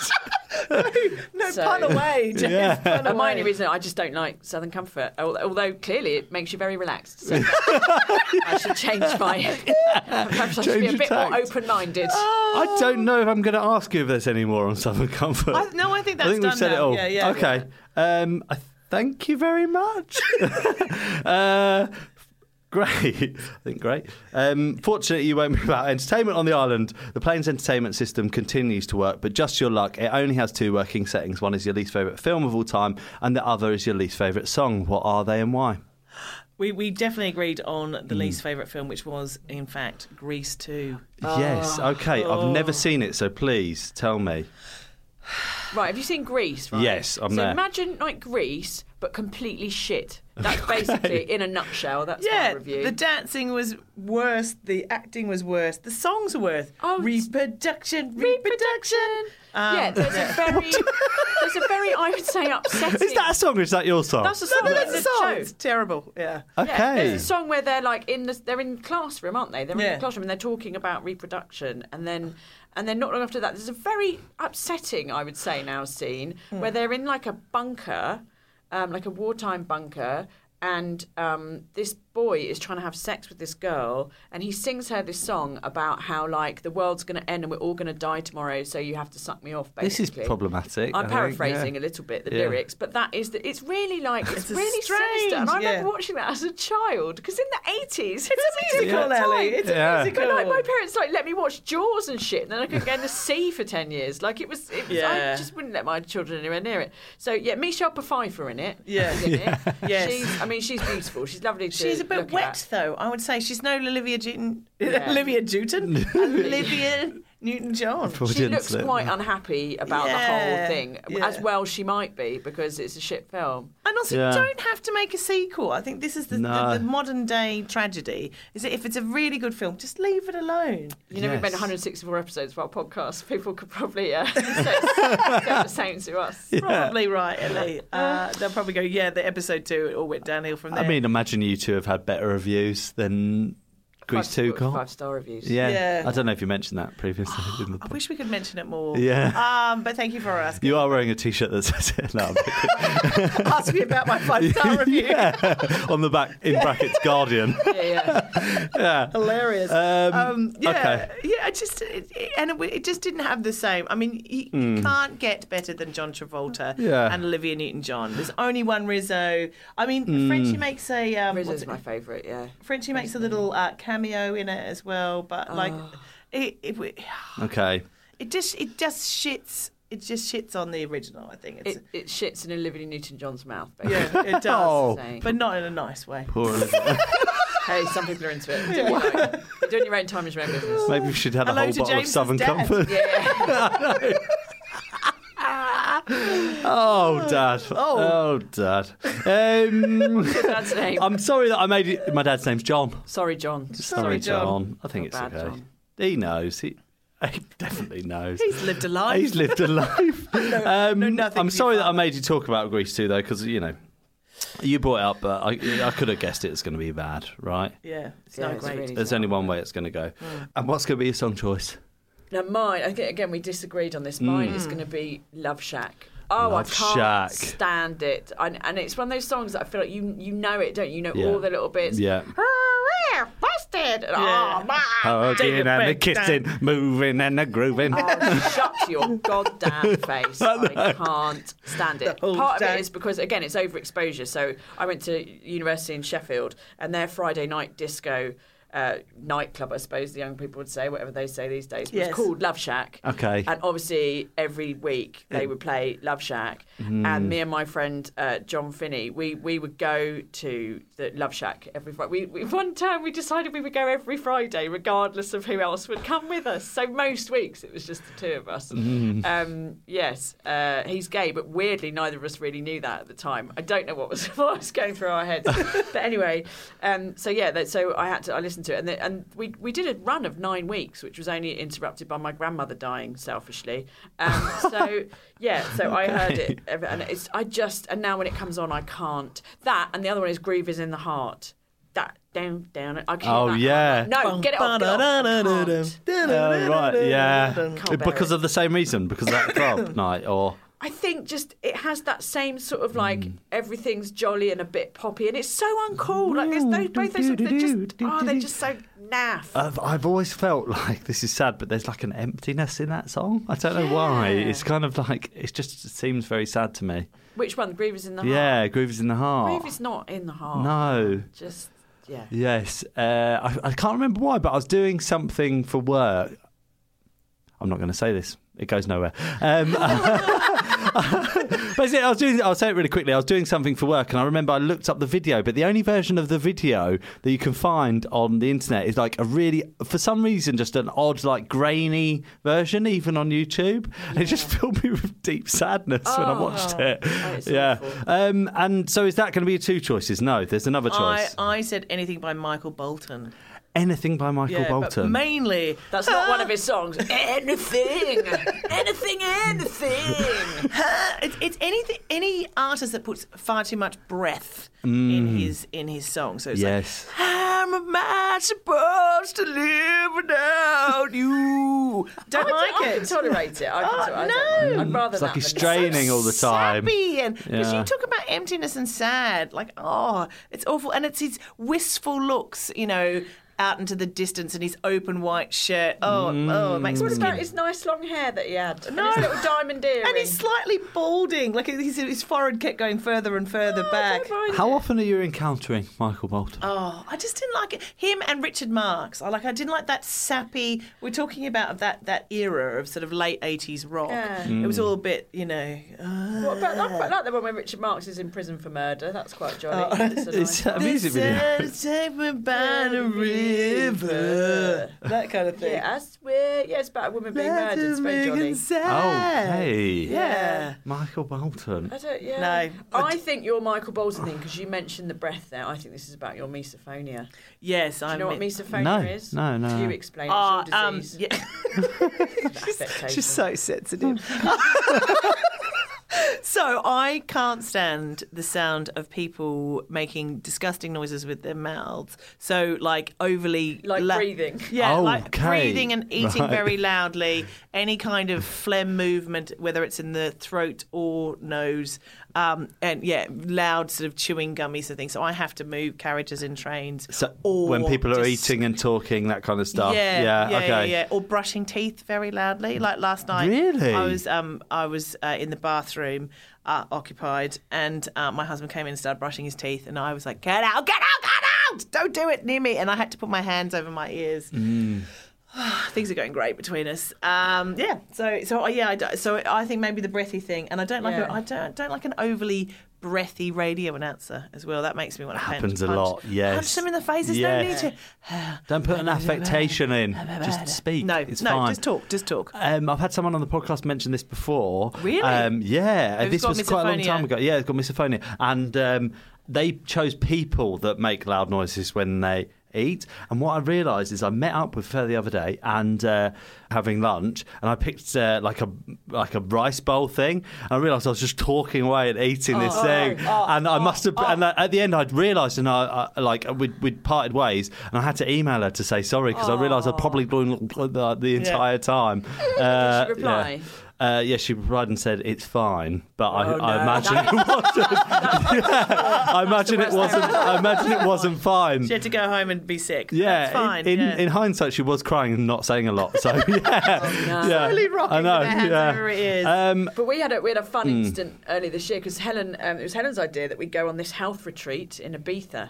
No
So-
pun away. James,
Yeah.
pun
A minor
away.
reason I just don't like Southern Comfort, al- although clearly it makes you very relaxed. So I should change my. Perhaps I should be
Change
a
your
bit more
tact. Ah.
open minded.
I don't know if I'm going to ask you if there's any more on Southern Comfort.
I- no, I think that's
I think we've
done
said it
now.
all.
Yeah, yeah.
okay. Um, I thank you very much. uh, Great. I think great. Um, fortunately, you won't be without entertainment on the island. The plane's entertainment system continues to work, but just your luck, it only has two working settings. One is your least favourite film of all time, and the other is your least favourite song. What are they and why?
We we definitely agreed on the
Mm.
least favorite film, which was in fact Grease Two.
Yes.
Ah.
Okay. I've never seen it, so please tell me.
Right, have you seen Greece? Right?
Yes, I'm
so
there.
imagine like Greece, but completely shit. That's basically, in a nutshell, that's my
Yeah,
review.
the dancing was worse. The acting was worse. The songs were worse.
Oh, it's-
reproduction, reproduction. Um,
yeah, there's a very, there's a very, I would say, upsetting.
Is that a song or is that your song?
that's a song.
No, that's
it's
a song.
joke.
It's terrible. Yeah.
Yeah,
okay.
there's a song where they're like in the they're in classroom, aren't they? They're in
Yeah.
the classroom and they're talking about reproduction, and then and then not long after that, there's a very upsetting, I would say, now scene
Hmm.
where they're in like a bunker, um, like a wartime bunker, and um, this boy is trying to have sex with this girl, and he sings her this song about how like the world's going to end and we're all going to die tomorrow, so you have to suck me off. Basically,
This is problematic, I
I'm
think,
paraphrasing
yeah.
a little bit the
Yeah.
lyrics, but that is the, it's really like it's,
a
really sinister. And
strange,
I remember
yeah.
watching watching that as a child because in the 80s
It's a musical,
Yeah.
Ellie. It's
Yeah.
a musical.
But like my parents like let me watch Jaws and shit, and then I couldn't go in the sea for ten years. Like it was, it was I
Yeah.
just wouldn't let my children anywhere near it. So yeah, Michelle Pfeiffer in it.
Yeah.
is in it.
Yes.
She's, I mean, she's beautiful. She's lovely. To
She's a bit
look
wet,
At.
though. I would say she's no Olivia Newton.
Yeah.
Olivia Newton. Olivia Newton-John.
She
Freudian
looks
slip.
quite unhappy about the whole
Yeah.
thing,
Yeah.
as well she might be because it's a shit film.
And also,
Yeah.
you don't have to make a sequel. I think this is the,
No.
the, the modern day tragedy. Is that if it's a really good film, just leave it alone.
You know, we've made
Yes.
164 episodes of our podcast. People could probably uh, say, say the same to us.
Probably right, Ellie. Uh, they'll probably go, yeah, the episode two, it all went downhill from there.
I mean, imagine you two have had better reviews than Grease
Five-
2 got.
Five star reviews.
Yeah.
Yeah.
I don't know if you mentioned that previously. in the
I
pod-
wish we could mention it more.
Yeah.
Um, but thank you for asking.
you are wearing a t shirt that says it now.
Ask me about my five star review.
yeah. On the back, in brackets, Guardian.
Yeah, yeah.
Hilarious.
Um,
Um, yeah,
Okay.
yeah. It just it, it- and it, it just didn't have the same. I mean, you, you can't get better than John Travolta
Hmm. Yeah.
and Olivia Newton-John. There's only one Rizzo. I mean,
Hmm.
Frenchie makes a um, what's
Rizzo's
it-
my favourite, yeah.
Frenchie makes a little uh, cameo in it as well, but
Oh.
like it, it w-
Okay.
it just it just shits it just shits on the original. I think it's
It, it shits in Olivia Newton John's mouth, basically.
yeah, it does,
Oh.
Saying.
but not in a nice way.
Poor Olivia.
Hey, some people are into it. Do what you like. You're doing your own time is your own business.
Maybe we should have
Hello
a whole
to
bottle
James's
of Southern
dad.
Comfort.
Yeah.
Oh, Dad. Oh, Dad. Um,
That's the name.
I'm sorry that I made it. My dad's name's John.
Sorry, John.
Sorry, John.
I think
Not
it's
bad,
okay.
John.
He knows. He, he definitely knows.
He's lived a life.
He's lived a life. um,
no, nothing
I'm
to be
sorry that I
found.
made you talk about Greece too, though, because you know you brought it up, but I, I could have guessed it was going to be bad, right?
yeah, it's
Yeah,
not
it's
great.
really-
There's only one way it's going to go.
Hmm.
And what's going to be your song choice?
Now, mine, I think, again, we disagreed on this. Mine is going to be Love Shack. Oh,
Mm. Love
I can't
Shack.
stand it. And, and it's one of those songs that I feel like you you know it, don't you? You know
Yeah.
all the little bits.
Yeah.
Oh, we're busted. And,
Yeah.
Oh, my.
Hugging and a
break
kissing, moving and a grooving.
Oh, shut your goddamn face. I can't stand it.
whole
Part of
day.
it is because, again, it's overexposure. So I went to university in Sheffield and their Friday night disco uh, nightclub, I suppose the young people would say, whatever they say these days, was
Yes.
called Love Shack.
Okay.
And obviously, every week they would play Love Shack. And me and my friend uh, John Finney, we, we would go to the Love Shack every Friday. We, we, one term we decided we would go every Friday, regardless of who else would come with us. So most weeks it was just the two of us. Um, yes, uh, he's gay, but weirdly, neither of us really knew that at the time. I don't know what was, what was going through our heads. but anyway, um, so yeah, that, so I had to, I listened to it. And, the, and we, we did a run of nine weeks, which was only interrupted by my grandmother dying selfishly. Um, so yeah, so I heard it. ev- And it's, I just, and now when it comes on, I can't. That, and the other one is Groove is in the Heart. That, down, down. I can
Oh, yeah.
No, get it off. Get it off. I can't.
Oh, right, yeah.
Can't bear
Because
it.
of the same reason, because of that club night, or
I think just it has that same sort of like everything's jolly and a bit poppy, and it's so uncool. Like there's those, both those songs, they're just oh, they're just so naff.
I've, I've always felt like this is sad, but there's like an emptiness in that song. I don't know why. It's kind of like it just seems very sad to me.
Which one? Groove is in the heart.
Yeah, groove is in the heart.
Uh-huh. Groove is not in the heart.
no.
Just yeah.
Yes, uh, I, I can't remember why, but I was doing something for work. I'm not going to say this; it goes nowhere. Um, basically, I was doing. I'll say it really quickly. I was doing something for work, and I remember I looked up the video. But the only version of the video that you can find on the internet is like a really, for some reason, just an odd, like grainy version, even on YouTube. And it just filled me with deep sadness when I watched it.
it's
yeah.
Oh. awful.
Um, and so, is that going to be your two choices? No, there's another
I,
choice.
I said anything by Michael Bolton.
Anything by Michael
Yeah, but
Bolton.
mainly
That's not one of his songs. Anything, anything, anything.
it's, it's anything any artist that puts far too much breath in his in his song. So it's
Mm. yes.
like how am I supposed to live without you? Don't
I,
like
can- I
it.
can tolerate it. I can
Oh,
tolerate it.
no.
I'd rather
It's like
that
he's
than-
straining all the time.
Sappy and because
Yeah.
you talk about emptiness and sad, like oh, it's awful. And it's his wistful looks, you know, out into the distance and his open white shirt. Oh, oh, it makes me
Mm.
What about
skin
his nice long hair that he had? No. And his little diamond earring.
And he's slightly balding. Like his, his forehead kept going further and further
Oh,
back.
How often are you encountering Michael Bolton?
Oh, I just didn't like it. Him and Richard Marx. I like. I didn't like that sappy. We're talking about of that that era of sort of late eighties rock.
Yeah. Mm.
It was all a bit, you know. Uh,
What about that? I quite like the one when Richard Marx is in prison for murder. That's quite jolly. It's a
Oh, it's
nice
a music video.
"Said to Take me by the river. That kind of thing.
Yeah, I swear. Yeah, it's about a woman being
Let
murdered.
it
It's very
make
jolly.
it sad.
Oh, hey.
Yeah.
Michael Bolton.
I don't, yeah.
No, I
I think your Michael Bolton thing, because you mentioned the breath there, I think this is about your misophonia.
Yes, I
Do you know what misophonia
No,
is?
no, no, Ah,
You
no.
explain
Oh,
it's your
um,
disease.
yeah.
Affectation.
She's so sensitive. so I can't stand the sound of people making disgusting noises with their mouths. So like overly
Like breathing.
Yeah, like
Oh, Okay.
breathing and eating
Right.
very loudly. Any kind of phlegm movement, whether it's in the throat or nose, um, and yeah, loud sort of chewing gummies and things. So I have to move carriages in trains.
So
or
when people are
just-
eating and talking, that kind of stuff.
yeah, yeah, yeah,
okay.
yeah. Or brushing teeth very loudly. Like last night,
Really?
I was um I was uh, in the bathroom, uh, occupied, and uh, my husband came in and started brushing his teeth, and I was like, "Get out! Get out! Get out! Don't do it near me!" And I had to put my hands over my ears.
Mm.
Things are going great between us. Um, yeah. So so uh, yeah. I, do- so I think maybe the breathy thing, and I don't like
Yeah.
a, I don't don't like an overly breathy radio announcer as well. That makes me want to
Happens
punch,
a
punch-
lot, yes.
punch them in the face. There's
Yes.
no need
Don't put an affectation in. Just
to.
speak.
No,
it's
no,
fine.
just talk, just talk.
Um, I've had someone on the podcast mention this before.
Really?
Um, yeah.
Who's
this
got
was quite a long
misophonia?
time ago. Yeah, it's got misophonia. And um, they chose people that make loud noises when they eat. And what I realised is I met up with her the other day and uh, having lunch, and I picked uh, like a like a rice bowl thing. And I realised I was just talking away and eating
Oh,
this thing, and I must have. and uh, at the end, I'd realised, and I, I like we'd, we'd parted ways, and I had to email her to say sorry because I realised I'd probably blown the, the entire time. Uh,
Did she reply?
yeah. Uh, yeah, she replied and said it's fine, but I,
Oh,
I
no.
imagine it wasn't. Yeah, I imagine it
worst
wasn't. I imagine it wasn't fine.
She had to go home and be sick.
Yeah,
That's fine.
In, in,
yeah.
in hindsight, she was crying and not saying a lot. So yeah,
Oh,
yeah.
Slowly rocking
I know.
with her hands
yeah.
over her ears.
Um,
But we had a we had a fun
Hmm.
instant earlier this year because Helen um, it was Helen's idea that we go on this health retreat in Ibiza.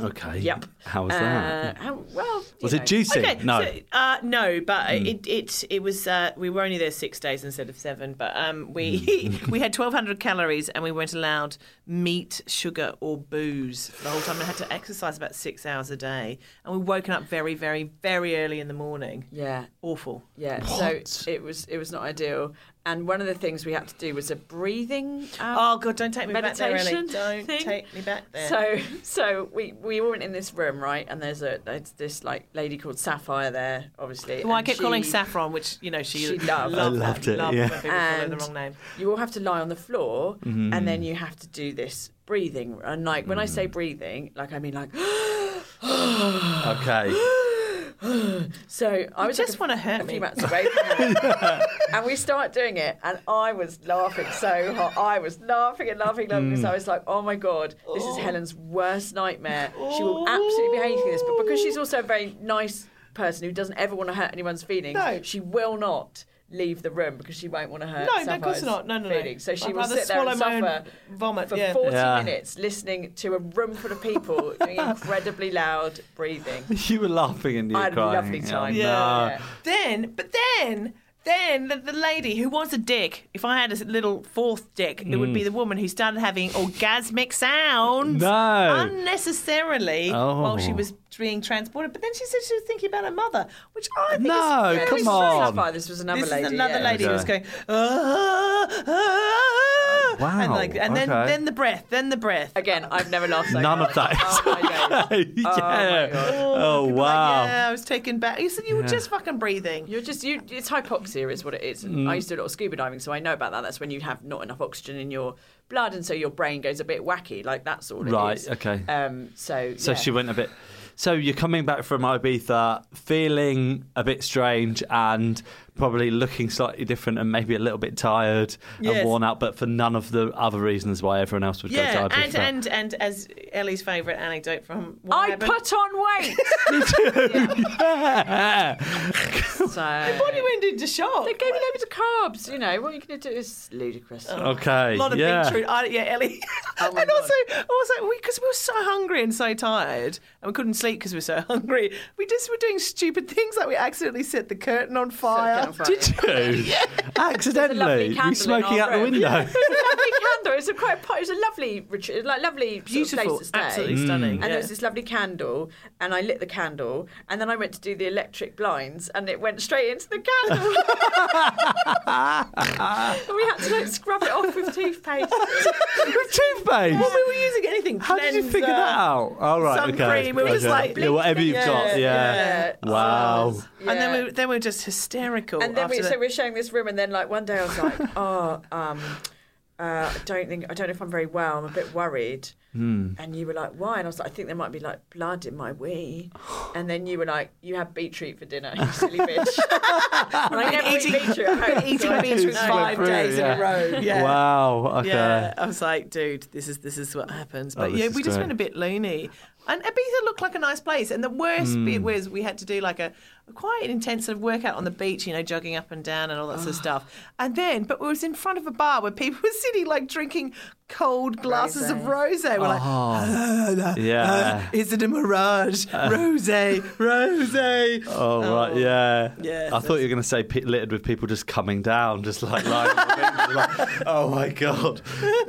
okay.
Yep.
How was
Uh,
that?
how- well, you
Was
know.
it juicy?
Okay,
no. Hmm.
So, uh, no, but it, it it was uh, we were only there six days instead of seven. But um, we
Hmm.
we had twelve hundred calories and we weren't allowed meat, sugar, or booze the whole time. And had to exercise about six hours a day, and we were woken up very, very, very early in the morning.
Yeah.
Awful.
Yeah,
What?
so it was it was not ideal, and one of the things we had to do was a breathing. Um,
Oh God, don't take me back there,
Meditation
Ellie. Don't
thing?
take me back there.
So, so we we went in this room, right? And there's a there's this like lady called Sapphire there, obviously.
well, I
and
kept calling
she-
Saffron, which you know she,
She loved.
I loved it,
Loved
yeah.
when people follow the
And
wrong name.
You all have to lie on the floor, and then you have to do this breathing. And like when I say breathing, like I mean like.
Okay.
So I was
just
like a-
wanna hurt
a few
me.
months away from her. and we start doing it, and I was laughing so hard. I was laughing and laughing, laughing.
Mm.
So I was like, "Oh my god, this is Helen's worst nightmare. She will absolutely be hating this." But because she's also a very nice person who doesn't ever want to hurt anyone's feelings,
No.
she will not. Leave the room because she won't want to hurt.
No, no, of course
Sapphire's
not. No, no, no.
feelings. So she
I'd
will
rather
sit there and
swallow my own
suffer
vomit,
for
yeah.
forty
Yeah.
minutes, listening to a room full of people doing incredibly loud breathing.
You were laughing and you were
I had a
crying.
lovely time.
Oh, no.
Yeah.
Then, but then, then the, the lady who was a dick, if I had a little fourth dick, it would be the woman who started having orgasmic
Mm.
sounds
No.
unnecessarily
Oh.
while she was being transported. But then she said she was thinking about her mother, which I think
No,
is very
come
strange.
on.
Sapphire, this was another
This
lady.
is another
yeah.
lady who was
Okay.
going, ah, ah,
Wow,
and, like, and then,
okay.
then the breath, then the breath.
Again, I've never laughed so
None
hard.
of that.
Oh my days.
yeah.
God.
Oh,
People are
wow.
Like, yeah, I was taken back. You said you were just fucking breathing.
You're just you. It's hypoxia, is what it is.
Mm.
I used to do a lot of scuba diving, so I know about that. That's when you have not enough oxygen in your blood, and so your brain goes a bit wacky. Like that's all. it
Right,
is.
okay.
Um. So.
So
yeah.
she went a bit. So you're coming back from Ibiza, feeling a bit strange and probably looking slightly different and maybe a little bit tired
Yes.
and worn out, but for none of the other reasons why everyone else would
Yeah,
go to Ibiza.
and, and and as Ellie's favourite anecdote from what
I
happened.
put on weight.
Yeah.
so.
Body went into shock.
They gave me loads of carbs. You know what you going to do? is ludicrous.
Okay.
a lot of
yeah.
beetroot. I, yeah, Ellie.
Oh my
and
God.
also, also, because we, were so hungry and so tired, and we couldn't sleep because we were so hungry. We just were doing stupid things, like we accidentally set the curtain on fire.
curtain on fire.
Did you? Accidentally.
candle
You
in
smoking out
our
the
room.
window.
It was a lovely candle. It was a quite. It was a lovely, retreat- like lovely, sort of
Beautiful,
place to stay.
absolutely stunning.
And
yeah.
there was this lovely candle, and I lit the candle, and then I went to do the electric blinds, and it went straight into the candle. and we had to like scrub it off with toothpaste.
With toothpaste.
Well, we were using anything.
How did you figure
cleanser.
that out? All right.
sun
okay.
cream. We were just
okay.
like,
yeah, whatever you've got. Yeah.
yeah.
Wow.
And then
Yeah.
we, were- then we were just hysterical.
And then we,
after
so
that.
we're showing this room, and then like one day I was like, oh, um, uh, I don't think I don't know if I'm very well. I'm a bit worried. And you were like, why? And I was like, I think there might be like blood in my wee. And then you were like, you had beetroot for dinner, you silly bitch. and I never eat
eating-
beetroot. at home, so I
eating
didn't
beetroot
know.
five days in a row. Yeah.
Wow. Okay.
Yeah, I was like, dude, this is this is what happens. But
this
yeah,
is
we just
great.
went a bit loony. And Ibiza looked like a nice place. And the worst bit was we had to do like a quite an intensive workout on the beach, you know, jogging up and down and all that sort of stuff. And then, but we was in front of a bar where people were sitting like drinking cold glasses of rosé. We're like,
Oh.
"Uh,
Yeah.
is it a mirage? Rosé, rosé.
Oh, right, yeah.
Yes,
I thought you were going to say pe- littered with people just coming down, just like lying. on the bench, like, oh my god!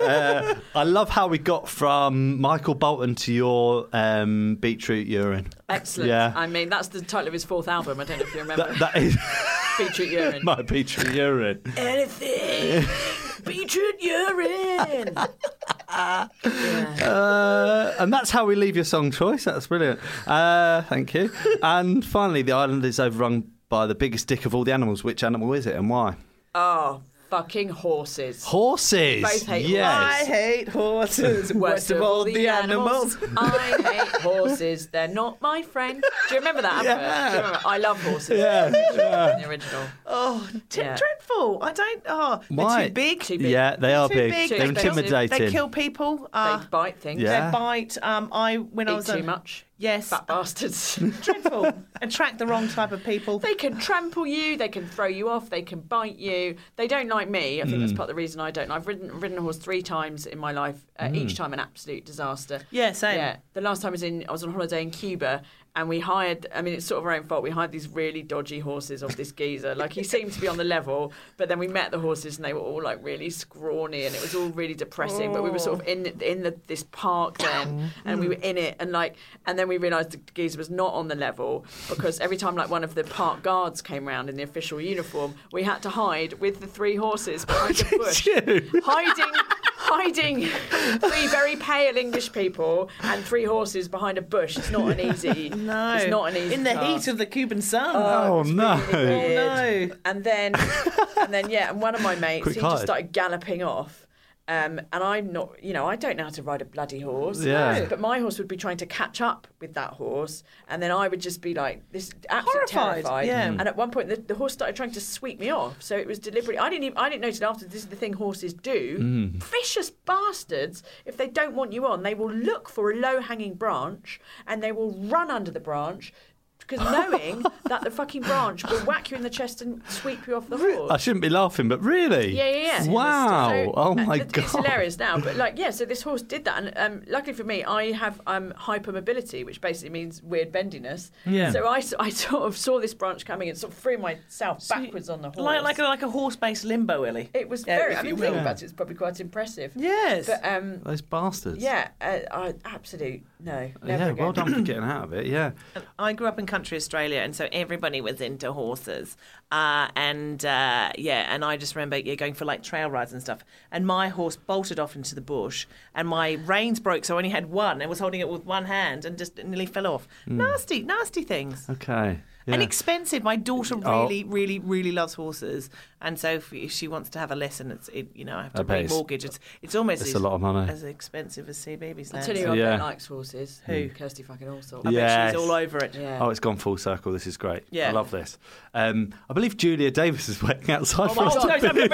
Uh, I love how we got from Michael Bolton to your um, beetroot urine.
Excellent.
Yeah.
I mean, that's the title of his fourth album. I don't know if you remember.
That, that is
Beetroot Urine.
my beetroot urine.
Anything. Beetroot Urine.
Uh, and that's how we leave your song choice. That's brilliant. Uh, thank you. And finally, the island is overrun by the biggest dick of all the animals. Which animal is it, and why?
Oh, fucking horses.
Horses.
Both hate
I
yes.
hate horses. Worst of all, the animals.
I hate horses. They're not my friend. Do you remember that? advert? Do you remember? I love horses.
Yeah, yeah.
In the original.
Oh, t-
Yeah.
dreadful. I don't. Oh,
Why?
they're too big.
Too big.
Yeah, they are
Too
big.
big.
They're
Too expensive.
intimidating.
They kill people.
They
Uh,
bite things.
they
Yeah.
bite. Um, I when I
Eat
was
too
on-
much.
Yes,
Fat bastards.
dreadful. Attract the wrong type of people.
They can trample you. They can throw you off. They can bite you. They don't like me. I think
Mm.
that's part of the reason I don't. I've ridden ridden a horse three times in my life. Uh,
Mm.
Each time an absolute disaster.
Yeah, same.
The last time I was in, I was on holiday in Cuba, and we hired. I mean, it's sort of our own fault. We hired these really dodgy horses off this geezer. Like he seemed to be on the level, but then we met the horses, and they were all like really scrawny, and it was all really depressing. But we were sort of in in the, this park then, and we were in it, and like, and then we realised the geezer was not on the level because every time like one of the park guards came round in the official uniform, we had to hide with the three horses behind the bush hiding hiding three very pale English people and three horses behind a bush. It's not an easy.
no,
it's not an easy.
In the
task.
heat of the Cuban sun.
Oh no!
Oh, no.
And then, and then, yeah. And one of my mates,
Quick
he
hide.
just started galloping off. Um, and I'm not, you know, I don't know how to ride a bloody horse.
Yeah. No.
But my horse would be trying to catch up with that horse, and then I would just be like, this absolutely
Horrified,
terrified.
yeah.
And at one point, the, the horse started trying to sweep me off. So it was deliberately. I didn't even, I didn't notice it after. This is the thing horses do. Vicious bastards. If they don't want you on, they will look for a low hanging branch and they will run under the branch. Because knowing that the fucking branch will whack you in the chest and sweep you off the horse.
I shouldn't be laughing, but really?
Yeah, yeah, yeah.
Wow!
So,
oh
uh,
my
it's,
god!
It's hilarious now, but like, yeah. So this horse did that, and um, luckily for me, I have um, hypermobility, which basically means weird bendiness.
Yeah.
So I, s- I sort of saw this branch coming and sort of threw myself backwards on the horse.
Like like a, like a horse-based limbo, Ellie.
it was
Yeah,
very.
if
I
you
mean,
will.
think about it, it's probably quite impressive.
Yes.
But um,
Those bastards.
yeah, uh, I absolute no. Never
Yeah.
again.
Well done for getting out of it. Yeah.
I grew up in country Australia, and so everybody was into horses. Uh, and uh, yeah, and I just remember yeah, going for like trail rides and stuff. And my horse bolted off into the bush, and my reins broke, so I only had one and was holding it with one hand and just nearly fell off. Nasty, nasty things.
Hmm. Okay. Yeah.
And expensive. My daughter
Oh.
really, really, really loves horses, and so if, if she wants to have a lesson, it's it, you know I have to
I bet
pay
it's-
mortgage. It's it's almost
It's
as,
a lot of money.
as expensive as CBeebies.
I
now,
tell you,
so
who I
Yeah.
don't like horses. Who? Kirsty fucking Allsop.
I bet
Yes.
she's all over it.
Yeah.
Oh, it's gone full circle. This is great. I
Yeah.
love this. Um, I believe Julia Davis is waiting outside for
my
us. to
God.
finish.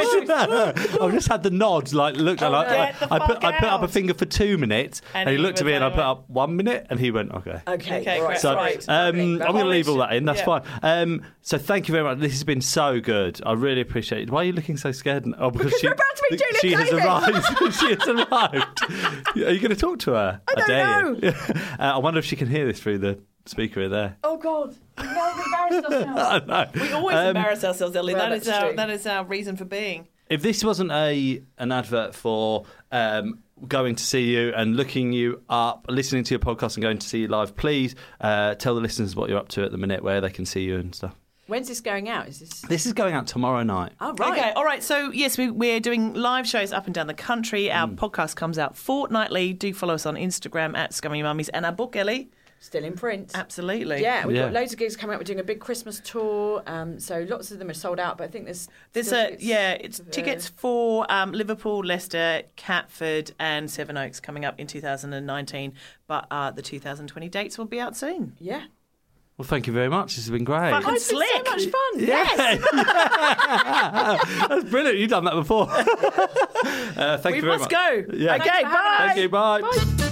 I've just had the nod. Like, look, I, like,
Get the
I, I put
fuck
I put up a
out.
finger for two minutes, and,
And
he
he
looked at
was
me, and I put
like-
up one minute, and he went, okay.
Okay.
Okay,
right.
great.
So
right.
um,
Okay,
I'm
great.
going to leave all that in. That's
Yeah.
fine. Um, so thank you very much. This has been so good. I really appreciate it. Why are you looking so scared? Oh, because, she,
we're about to meet Julia
she has
Davis.
arrived. she has arrived. are you going to talk to her? I
don't
You. uh, I wonder if she can hear this through the speaker in there.
Oh God, we've now embarrassed ourselves.
I know.
We always embarrass ourselves, Ellie.
well,
that is
that's
our
true.
that is our reason for being.
If this wasn't a an advert for um, going to see you and looking you up, listening to your podcast and going to see you live, please uh, tell the listeners what you're up to at the minute, where they can see you and stuff.
When's this going out? Is this?
This is going out tomorrow night.
Oh right.
Okay, all right. So yes, we, we're doing live shows up and down the country. Our podcast comes out fortnightly. Do follow us on Instagram at Scummy Mummies and our book, Ellie.
Still in print.
Absolutely.
Yeah, we've
Yeah.
got loads of gigs coming up. We're doing a big Christmas tour, um, so lots of them are sold out. But I think there's
There's
still
a
tickets
uh, yeah. It's
for-
tickets for um, Liverpool, Leicester, Catford, and Seven Oaks coming up in 2019. But uh, the 2020 dates will be out soon.
Yeah, Oh,
Well, thank you very much. This has been great.
Fucking
it's been so
slick.
much fun.
Yeah. That's brilliant. You've done that before. uh, thank
we
you very much.
must go.
Yeah.
Okay.
Thanks for having
Bye.
Thank you. Bye.
Bye.